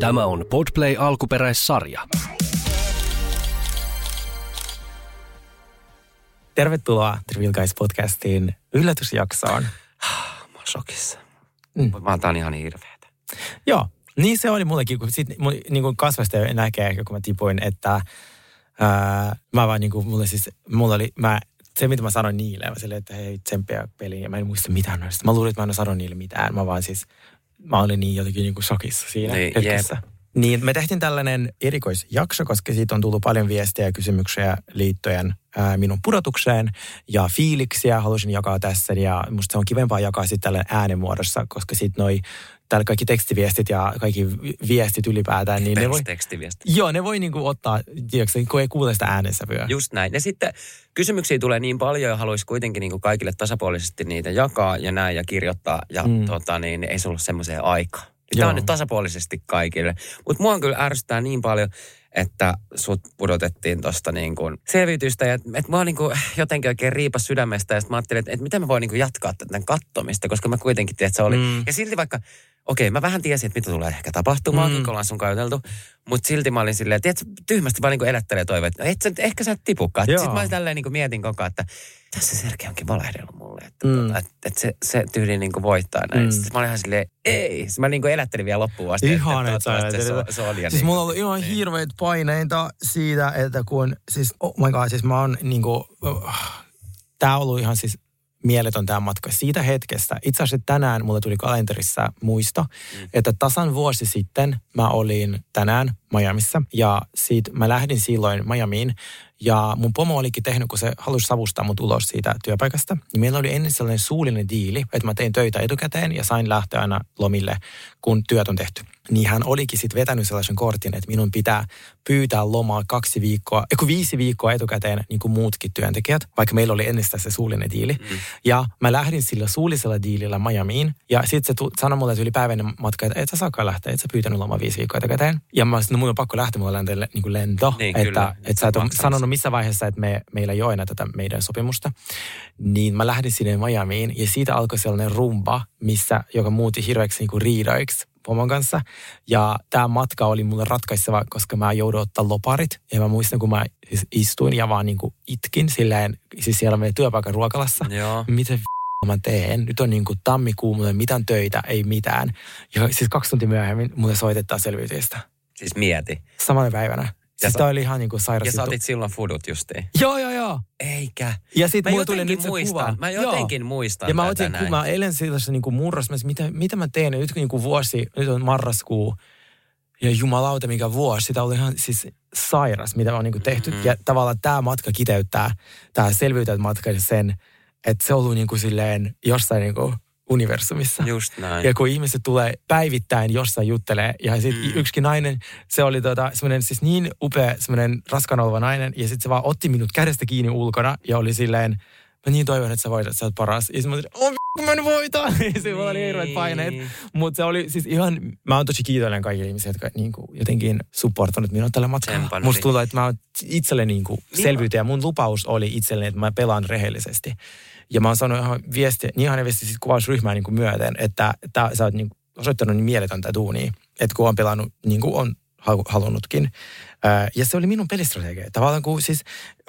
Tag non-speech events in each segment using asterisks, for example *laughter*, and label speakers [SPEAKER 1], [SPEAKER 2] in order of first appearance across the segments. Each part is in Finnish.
[SPEAKER 1] Tämä on Podplay alkuperäissarja.
[SPEAKER 2] Tervetuloa Trivial Guys podcastiin yllätysjaksoon.
[SPEAKER 3] Mä oon shokissa.
[SPEAKER 2] Mm.
[SPEAKER 3] Mm. Vaan tää on ihan hirveetä.
[SPEAKER 2] Joo, niin se oli mullekin, kun sit mun niin kuin kasvasta jo näkee, kun mä tipuin, että ää, mä vaan niin kuin, mulle siis, mulla oli, mä, se mitä mä sanoin niille, mä silleen, että hei tsemppiä peliin, ja mä en muista mitään noista. Mä luulin, että mä en sano niille mitään, mä vaan siis, mä olin niin jotenkin niin kuin shokissa siinä
[SPEAKER 3] Niin,
[SPEAKER 2] hetkessä. Niin, me tehtiin tällainen erikoisjakso, koska siitä on tullut paljon viestejä ja kysymyksiä liittyen ää, minun pudotukseen ja fiiliksiä halusin jakaa tässä. Ja musta se on kivempaa jakaa sitten tällä äänimuodossa, koska sitten noi täällä kaikki tekstiviestit ja kaikki vi- viestit ylipäätään, niin ne voi,
[SPEAKER 3] Perustekstiviesti.
[SPEAKER 2] joo, ne voi niinku ottaa, tiedätkö, kun ei kuule sitä äänensävyä.
[SPEAKER 3] Just näin. Ja sitten kysymyksiä tulee niin paljon ja haluaisi kuitenkin niin kuin kaikille tasapuolisesti niitä jakaa ja näin ja kirjoittaa. Ja
[SPEAKER 2] Mm.
[SPEAKER 3] mm. tota, niin, ei se ollut semmoiseen aikaan. Tämä
[SPEAKER 2] Joo.
[SPEAKER 3] on nyt tasapuolisesti kaikille. Mutta mua kyllä ärsyttää niin paljon, että sut pudotettiin tuosta niin kuin selvitystä. Ja että mä oon niin kuin jotenkin oikein riipas sydämestä. Ja sit mä ajattelin, että, että miten mä voin niin kuin jatkaa tämän kattomista, koska mä kuitenkin tiedän, että se oli.
[SPEAKER 2] Mm.
[SPEAKER 3] Mm. Ja silti vaikka, okei, mä vähän tiesin, että mitä tulee ehkä tapahtumaan,
[SPEAKER 2] Mm.
[SPEAKER 3] mm. kun ollaan sun käytelty. Mutta silti mä olin silleen, tiedätkö, tyhmästi vaan niin elättelee toiveet. No et sä, nyt- ehkä sä et tipukaan.
[SPEAKER 2] Joo.
[SPEAKER 3] Sitten mä tälleen niin mietin koko ajan, että tässä Sergei onkin valehdellut mulle. Että,
[SPEAKER 2] Mm.
[SPEAKER 3] mm. tota, että, että se, se tyyli niin voittaa näin.
[SPEAKER 2] Mm.
[SPEAKER 3] Mm. Sitten mä olin ihan silleen, ei. Sitten mä niin elättelin vielä loppuun asti.
[SPEAKER 2] Ihan, että
[SPEAKER 3] että,
[SPEAKER 2] sä
[SPEAKER 3] toivottavasti
[SPEAKER 2] ajattelit.
[SPEAKER 3] se, se oli. ja
[SPEAKER 2] Siis
[SPEAKER 3] niin-
[SPEAKER 2] mulla on ollut ihan
[SPEAKER 3] niin.
[SPEAKER 2] hirveitä paineita siitä, että kun siis, oh my god, siis mä oon niinku, tää on ollut ihan siis mieletön tämä matka siitä hetkestä. Itse asiassa tänään mulle tuli kalenterissa muista, mm. että tasan vuosi sitten mä olin tänään Miamissa ja siitä mä lähdin silloin Miamiin ja mun pomo olikin tehnyt, kun se halusi savustaa mut ulos siitä työpaikasta, niin meillä oli ennen sellainen suullinen diili, että mä tein töitä etukäteen ja sain lähteä aina lomille, kun työt on tehty. Niin hän olikin sitten vetänyt sellaisen kortin, että minun pitää pyytää lomaa kaksi viikkoa, ei kun viisi viikkoa etukäteen, niin kuin muutkin työntekijät, vaikka meillä oli ennestään se suullinen diili. Mm. Ja mä lähdin sillä suullisella diilillä Miamiin, ja sitten se tu- sanoi mulle, että yli päivän matka, että et sä saakaan lähteä, et sä pyytänyt lomaa viisi viikkoa etukäteen. Ja mä sanoin, no mun on pakko lähteä, mulla on lento, niin kuin lento
[SPEAKER 3] Niin,
[SPEAKER 2] että,
[SPEAKER 3] kyllä.
[SPEAKER 2] että sä et ole
[SPEAKER 3] Maksamassa.
[SPEAKER 2] sanonut missä vaiheessa, että me, meillä ei ole enää tätä meidän sopimusta. Niin mä lähdin sinne Miamiin ja siitä alkoi sellainen rumba, missä, joka muutti hirveäksi niin riidoiksi pomon kanssa. Ja tämä matka oli mulle ratkaiseva, koska mä joudun ottaa loparit. Ja mä muistan, kun mä siis istuin ja vaan niin kuin itkin silleen, siis siellä meidän työpaikan ruokalassa.
[SPEAKER 3] Joo.
[SPEAKER 2] Mitä vi- mä teen? Nyt on niin kuin tammikuu, mulla ei ole mitään töitä, ei mitään. Ja siis kaksi tuntia myöhemmin mulle soitetaan selviytyjistä.
[SPEAKER 3] Siis mieti.
[SPEAKER 2] Samana päivänä. Siis
[SPEAKER 3] sä-
[SPEAKER 2] tää oli ihan niin kuin sairas
[SPEAKER 3] Ja sä
[SPEAKER 2] juttu.
[SPEAKER 3] otit silloin fudut justiin.
[SPEAKER 2] Joo, joo, joo.
[SPEAKER 3] Eikä.
[SPEAKER 2] Ja sitten
[SPEAKER 3] Mä
[SPEAKER 2] mulla tuli
[SPEAKER 3] jotenkin
[SPEAKER 2] nyt se kuva.
[SPEAKER 3] muistan. Mä jotenkin
[SPEAKER 2] Joo.
[SPEAKER 3] muistan
[SPEAKER 2] Ja mä
[SPEAKER 3] tätä
[SPEAKER 2] otin,
[SPEAKER 3] näin.
[SPEAKER 2] kun mä elän sellaisessa niin murrossa, mä sanoin, mitä, mitä mä teen nyt kun niin kuin vuosi, nyt on marraskuu. Ja jumalauta, mikä vuosi. Sitä oli ihan siis sairas, mitä on niin kuin tehty. Mm-hmm. Ja tavallaan tämä matka kiteyttää, tämä selviytyjät matka ja sen, että se on ollut niin kuin silleen jossain niin kuin universumissa.
[SPEAKER 3] Just näin.
[SPEAKER 2] Ja kun ihmiset tulee päivittäin jossain juttelee, ja sitten mm.
[SPEAKER 3] Mm.
[SPEAKER 2] yksikin nainen, se oli tota, semmoinen siis niin upea, semmoinen raskaana oleva nainen, ja sitten se vaan otti minut kädestä kiinni ulkona, ja oli silleen, mä niin toivon, että sä voitat, sä oot paras. Ja sit mä olin, oh, kun mä en voita! *laughs* Ja se oli hirveät paineet.
[SPEAKER 3] Niin.
[SPEAKER 2] Mutta se oli siis ihan, mä oon tosi kiitollinen kaikille ihmisille, jotka niinku jotenkin supportannut minua tällä matkalla.
[SPEAKER 3] Tsempannut.
[SPEAKER 2] Musta tuntuu, että mä oon itselleni niinku
[SPEAKER 3] Niin.
[SPEAKER 2] selviytyjä. Mun lupaus oli itselleni, että mä pelaan rehellisesti. Ja mä oon saanut ihan viesti, niin ihan viesti siis kuvausryhmää niinku myöten, että tää, sä oot niinku osoittanut niin mieletöntä duunia, että kun on pelannut niin kuin on halu- halunnutkin. Ää, Ja se oli minun pelistrategia. Tavallaan kun siis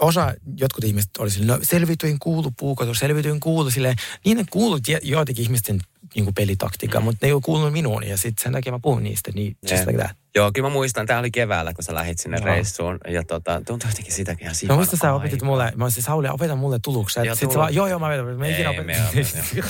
[SPEAKER 2] osa, jotkut ihmiset oli sille, no selvityin kuulu puukotu, selvityin kuulu silleen, niin ne kuulu tie- joitakin ihmisten niin pelitaktiikkaa, mutta ne ei ole kuulunut minuun ja sitten sen takia mä puhun niistä, niin just
[SPEAKER 3] Mm. Jep.
[SPEAKER 2] like that.
[SPEAKER 3] Joo, kyllä mä muistan. Tää oli keväällä, kun sä lähit sinne
[SPEAKER 2] Joo.
[SPEAKER 3] Joo. reissuun. Ja tota, tuntuu jotenkin sitäkin ihan
[SPEAKER 2] Mä
[SPEAKER 3] sikana
[SPEAKER 2] muistan, No, sä opetit
[SPEAKER 3] aikaa.
[SPEAKER 2] mulle, mä siis Sauli, opeta mulle tuluksia.
[SPEAKER 3] Joo,
[SPEAKER 2] Sitten sä
[SPEAKER 3] tullut.
[SPEAKER 2] vaan, joo, joo, mä opetan. Me ei ikinä
[SPEAKER 3] Ei, me
[SPEAKER 2] *laughs* opetin.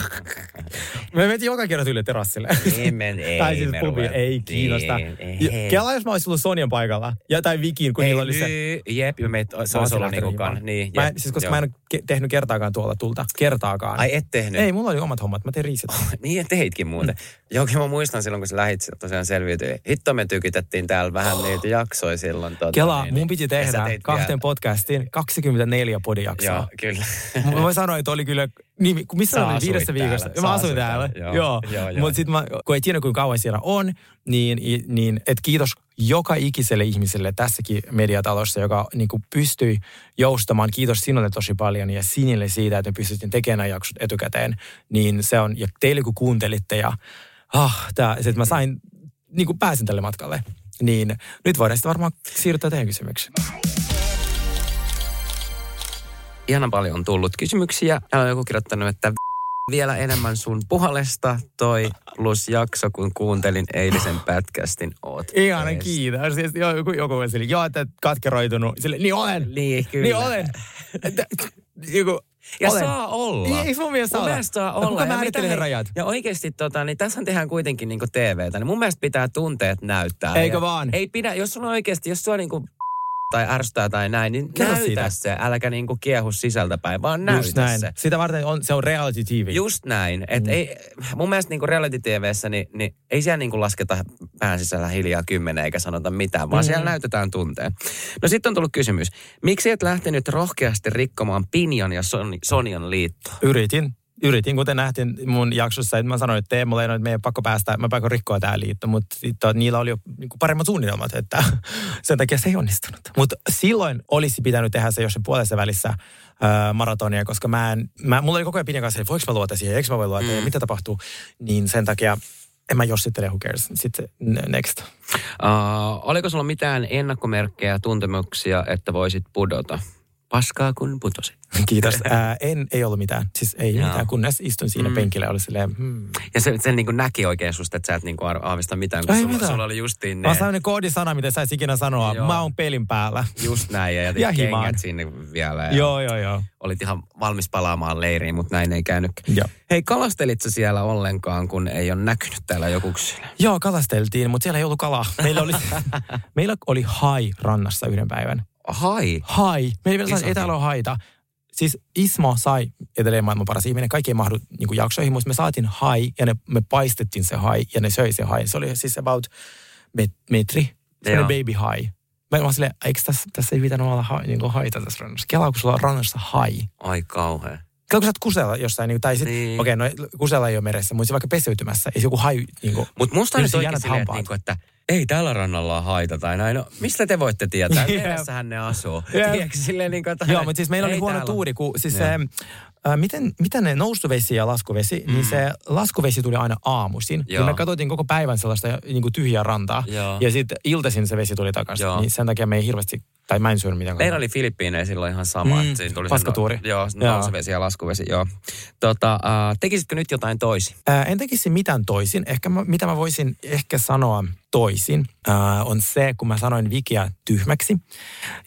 [SPEAKER 2] Me mentiin joka kerta yli terassille.
[SPEAKER 3] Ei, me, ei,
[SPEAKER 2] tai siis
[SPEAKER 3] me
[SPEAKER 2] pubi,
[SPEAKER 3] ruvettiin.
[SPEAKER 2] ei kiinnosta.
[SPEAKER 3] Ei, ei.
[SPEAKER 2] Kela, jos mä olisin ollut Sonjan paikalla, ja tai Vikin, kun
[SPEAKER 3] ei,
[SPEAKER 2] niillä oli se.
[SPEAKER 3] myy. Jep, ja meitä se
[SPEAKER 2] Mä
[SPEAKER 3] olisi
[SPEAKER 2] olisin
[SPEAKER 3] ollut niinku
[SPEAKER 2] lähtenyt
[SPEAKER 3] kan.
[SPEAKER 2] himaan.
[SPEAKER 3] Niin,
[SPEAKER 2] Mä
[SPEAKER 3] jep,
[SPEAKER 2] en, siis koska
[SPEAKER 3] joo.
[SPEAKER 2] mä en ole ke- tehnyt kertaakaan tuolla tulta. Kertaakaan.
[SPEAKER 3] Ai et tehnyt?
[SPEAKER 2] Ei, Mm. mulla oli omat hommat. Mä tein riisit.
[SPEAKER 3] Niin, et tehitkin muuten. Joo, kyllä mä muistan silloin, kun sä lähit tosiaan selviytyi. Hitto me tykitettiin täällä vähän niitä jaksoja silloin. Tota,
[SPEAKER 2] Oh. Kela,
[SPEAKER 3] niin,
[SPEAKER 2] mun piti
[SPEAKER 3] Ja sä
[SPEAKER 2] tehdä
[SPEAKER 3] teit
[SPEAKER 2] kahteen podcastiin 24 podijaksoa.
[SPEAKER 3] Joo, kyllä.
[SPEAKER 2] Mä voin sanoa, että oli kyllä, niin, kun missä
[SPEAKER 3] Sä
[SPEAKER 2] oli
[SPEAKER 3] asuit
[SPEAKER 2] viidessä
[SPEAKER 3] täällä.
[SPEAKER 2] viikossa.
[SPEAKER 3] Sä
[SPEAKER 2] Mä asuin
[SPEAKER 3] asuit
[SPEAKER 2] täällä,
[SPEAKER 3] täällä.
[SPEAKER 2] joo.
[SPEAKER 3] Joo, joo, joo.
[SPEAKER 2] Mutta sitten mä, kun ei tiedä kuinka kauan siellä on, niin, niin et kiitos joka ikiselle ihmiselle tässäkin mediatalossa, joka niin kuin pystyi joustamaan. Kiitos sinulle tosi paljon ja sinille siitä, että me pystyttiin tekemään nämä jaksot etukäteen. Niin se on, ja teille kun kuuntelitte ja ah, tää, sit mä sain niin kuin pääsin tälle matkalle. Niin nyt voidaan sitten varmaan siirtyä teidän kysymykseen.
[SPEAKER 3] Ihan paljon on tullut kysymyksiä. Täällä on joku kirjoittanut, että vielä enemmän sun puolesta toi plus jakso, kun kuuntelin eilisen pätkästin oot.
[SPEAKER 2] Ihana,
[SPEAKER 3] ees.
[SPEAKER 2] kiitos. Siis joku, joku oli sille, joo, että katkeroitunut. Sille, niin olen.
[SPEAKER 3] Niin, kyllä.
[SPEAKER 2] Niin olen. Että, joku,
[SPEAKER 3] Ja
[SPEAKER 2] olen. Niin,
[SPEAKER 3] saa olla.
[SPEAKER 2] Ei, ei mun mielestä saa
[SPEAKER 3] mun
[SPEAKER 2] olla.
[SPEAKER 3] mielestä saa
[SPEAKER 2] No, kuka
[SPEAKER 3] olla. Ja
[SPEAKER 2] määrittelee
[SPEAKER 3] mitä
[SPEAKER 2] ne
[SPEAKER 3] he-
[SPEAKER 2] rajat?
[SPEAKER 3] Ja oikeasti, tota, niin tässä tehdään kuitenkin niin TVtä, niin mun mielestä pitää tunteet näyttää.
[SPEAKER 2] Eikö
[SPEAKER 3] Ja
[SPEAKER 2] vaan?
[SPEAKER 3] Ei pidä, jos sulla on oikeasti, jos sua niin kuin tai ärsyttää tai näin, niin
[SPEAKER 2] Kerro
[SPEAKER 3] näytä
[SPEAKER 2] siitä.
[SPEAKER 3] se. Äläkä niin kuin kiehu sisältäpäin, vaan näytä
[SPEAKER 2] Just näin.
[SPEAKER 3] se.
[SPEAKER 2] Sitä varten on, se on reality TV.
[SPEAKER 3] Just näin. Et mm. ei, mun mielestä niinku reality-tvssä niin, niin ei siellä niinku lasketa pään sisällä hiljaa kymmenen eikä sanota mitään, vaan mm. siellä näytetään tunteen. No sitten on tullut kysymys. Miksi et lähtenyt rohkeasti rikkomaan Pinjan ja Son- Sonian liittoa?
[SPEAKER 2] Yritin. Yritin, kuten nähtiin mun jaksossa, että mä sanoin, että Teemu Leino, että meidän pakko päästä, mä pakko rikkoa tämä liitto, mutta sitten niillä oli jo niinku paremmat suunnitelmat, että *laughs* sen takia se ei onnistunut. Mutta silloin olisi pitänyt tehdä se jossain puolessa välissä ää, maratonia, koska mä en, mä, mulla oli koko ajan Pinjan kanssa, että voiko mä luota siihen, eikö mä voi luota, mm. ja mitä tapahtuu, niin sen takia en mä jossittele, who cares, sitten n- next.
[SPEAKER 3] Uh, oliko sulla mitään ennakkomerkkejä, tuntemuksia, että voisit pudota? Paskaa kun putosit.
[SPEAKER 2] Kiitos. Ää, Äh, en, ei ollut mitään, siis ei
[SPEAKER 3] Joo.
[SPEAKER 2] mitään, kunnes istuin siinä
[SPEAKER 3] Mm.
[SPEAKER 2] mm. penkillä ja oli silleen, hmm.
[SPEAKER 3] Ja se, sen niin kuin näki oikein susta, että sä et niin kuin aavista mitään, kun
[SPEAKER 2] Ei
[SPEAKER 3] sulla,
[SPEAKER 2] mitään.
[SPEAKER 3] sulla oli justiin ne,
[SPEAKER 2] Mä sanoin ne koodisana, mitä sä et ikinä sanoa,
[SPEAKER 3] Joo.
[SPEAKER 2] mä oon pelin päällä.
[SPEAKER 3] just näin ja jätit
[SPEAKER 2] Ja himaan.
[SPEAKER 3] kengät sinne vielä. Ja
[SPEAKER 2] Joo, joo, joo.
[SPEAKER 3] Olit ihan valmis palaamaan leiriin, mutta näin ei käynyt.
[SPEAKER 2] Joo.
[SPEAKER 3] Hei, kalastelit sä siellä ollenkaan, kun ei ole näkynyt täällä joku yksilö?
[SPEAKER 2] Joo, kalasteltiin, mutta siellä ei ollut kalaa. Meillä *laughs* oli, meillä oli hai rannassa yhden päivän.
[SPEAKER 3] Hai.
[SPEAKER 2] Hai. Me ei vielä
[SPEAKER 3] Iso
[SPEAKER 2] saanut
[SPEAKER 3] hai.
[SPEAKER 2] etäällä ole haita. Siis Ismo sai edelleen maailman paras ihminen. Kaikki ei mahdu niin kuin jaksoihin, mutta me saatiin hai ja ne, me paistettiin se hai ja ne söi se hai. Se oli siis about met, metri. Se
[SPEAKER 3] Joo.
[SPEAKER 2] oli baby hai. Mä mä olin silleen, eikö tässä, tässä ei pitänyt olla hai, niin kuin haita tässä rannassa. Kelaa, kun sulla on rannassa hai.
[SPEAKER 3] Ai kauhea.
[SPEAKER 2] Kyllä kun sä oot kusella jossain, niin, tai sit,
[SPEAKER 3] Niin.
[SPEAKER 2] niin. okei, okay, no kusella ei ole meressä, mutta se vaikka peseytymässä, ei se joku haju, niin kuin,
[SPEAKER 3] Mutta musta on
[SPEAKER 2] Kyllä
[SPEAKER 3] nyt
[SPEAKER 2] se
[SPEAKER 3] oikein
[SPEAKER 2] jäät
[SPEAKER 3] silleen, että,
[SPEAKER 2] hampaat.
[SPEAKER 3] niinku, että ei tällä rannalla on haita tai näin. No, mistä te voitte tietää?
[SPEAKER 2] *laughs* Jep.
[SPEAKER 3] Meressähän ne asuu.
[SPEAKER 2] Jep.
[SPEAKER 3] Tiedätkö, silleen niinku, että
[SPEAKER 2] Joo, mutta siis meillä oli
[SPEAKER 3] ei
[SPEAKER 2] huono
[SPEAKER 3] täällä.
[SPEAKER 2] tuuri, kun siis
[SPEAKER 3] Joo.
[SPEAKER 2] se, ää, miten, mitä ne noustuvesi ja laskuvesi, mm. niin se laskuvesi tuli aina aamuisin.
[SPEAKER 3] Joo.
[SPEAKER 2] Ja me katsottiin koko päivän sellaista niin kuin tyhjää rantaa.
[SPEAKER 3] Joo.
[SPEAKER 2] Ja sitten iltaisin se vesi tuli takaisin.
[SPEAKER 3] Joo.
[SPEAKER 2] Niin sen takia me ei hirveästi, tai mä en syönyt mitään.
[SPEAKER 3] Meillä oli Filippiinejä silloin ihan sama.
[SPEAKER 2] Mm,
[SPEAKER 3] että siinä tuli
[SPEAKER 2] paskatuuri.
[SPEAKER 3] No, joo,
[SPEAKER 2] Joo.
[SPEAKER 3] nousuvesi ja laskuvesi, joo. Tota, äh, tekisitkö nyt jotain toisin?
[SPEAKER 2] Ää, Äh, en tekisi mitään toisin. Ehkä mä, mitä mä voisin ehkä sanoa toisin ää, on se, kun mä sanoin Vikiä tyhmäksi.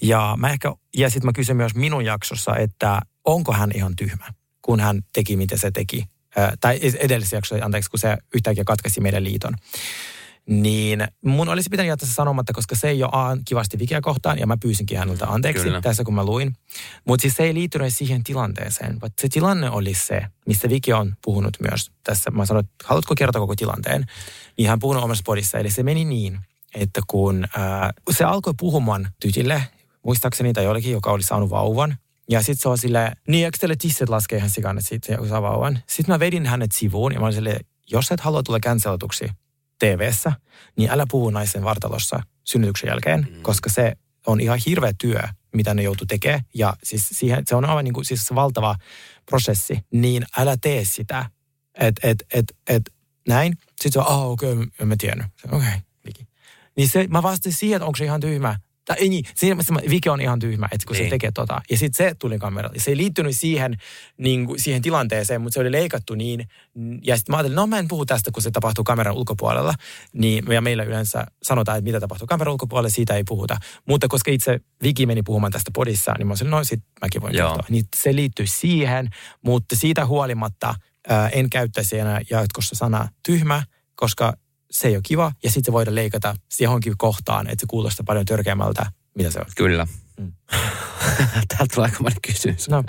[SPEAKER 2] Ja, mä ehkä, ja sitten mä kysyin myös minun jaksossa, että onko hän ihan tyhmä, kun hän teki mitä se teki. Ää, tai es- edellisessä jaksossa, anteeksi, kun se yhtäkkiä katkaisi meidän liiton. Niin mun olisi pitänyt jättää se sanomatta, koska se ei ole A, kivasti Vikiä kohtaan ja mä pyysinkin häneltä anteeksi
[SPEAKER 3] Kyllä.
[SPEAKER 2] tässä kun mä luin. Mutta siis se ei liittynyt siihen tilanteeseen, vaan se tilanne oli se, mistä Viki on puhunut myös tässä. Mä sanoin, että haluatko kertoa koko tilanteen? Niin hän on puhunut omassa podissa. Eli se meni niin, että kun ää, se alkoi puhumaan tytille, muistaakseni tai jollekin, joka oli saanut vauvan. Ja sitten se on silleen, niin eikö teille tissit laskee ihan sikana siitä, kun saa vauvan? Sitten mä vedin hänet sivuun ja mä olin silleen, jos sä et halua tulla cancelotuksi tv niin älä puhu naisen vartalossa synnytyksen jälkeen, mm. koska se on ihan hirveä työ, mitä ne joutuu tekemään. Ja siis siihen, se on aivan niin kuin, siis valtava prosessi, niin älä tee sitä. Et, et, et, et, näin. Sitten se on, ah okei, okay, en mä tiennyt. Se, Okei, okay, Viki. Niin se, mä vastasin siihen, että onko se ihan tyhmä. Tai ei niin, siinä mielessä mä- Viki on ihan tyhmä, että kun
[SPEAKER 3] Niin.
[SPEAKER 2] se tekee tota. Ja sitten se tuli kameralle. Se ei liittynyt siihen, niin kuin, siihen tilanteeseen, mutta se oli leikattu niin. Ja sitten mä ajattelin, no mä en puhu tästä, kun se tapahtuu kameran ulkopuolella. Niin, ja meillä yleensä sanotaan, että mitä tapahtuu kameran ulkopuolella, siitä ei puhuta. Mutta koska itse Viki meni puhumaan tästä podissa, niin mä sanoin, no sit mäkin voin
[SPEAKER 3] Joo.
[SPEAKER 2] kertoa. Niin se liittyy siihen, mutta siitä huolimatta ää, en käyttäisi enää jatkossa sanaa tyhmä, koska se ei ole kiva. Ja sitten se voidaan leikata johonkin kohtaan, että se kuulostaa paljon törkeämmältä, mitä se on.
[SPEAKER 3] Kyllä. Mm. *laughs*
[SPEAKER 2] Mm.
[SPEAKER 3] Täältä tulee aikamoinen kysymys.
[SPEAKER 2] No,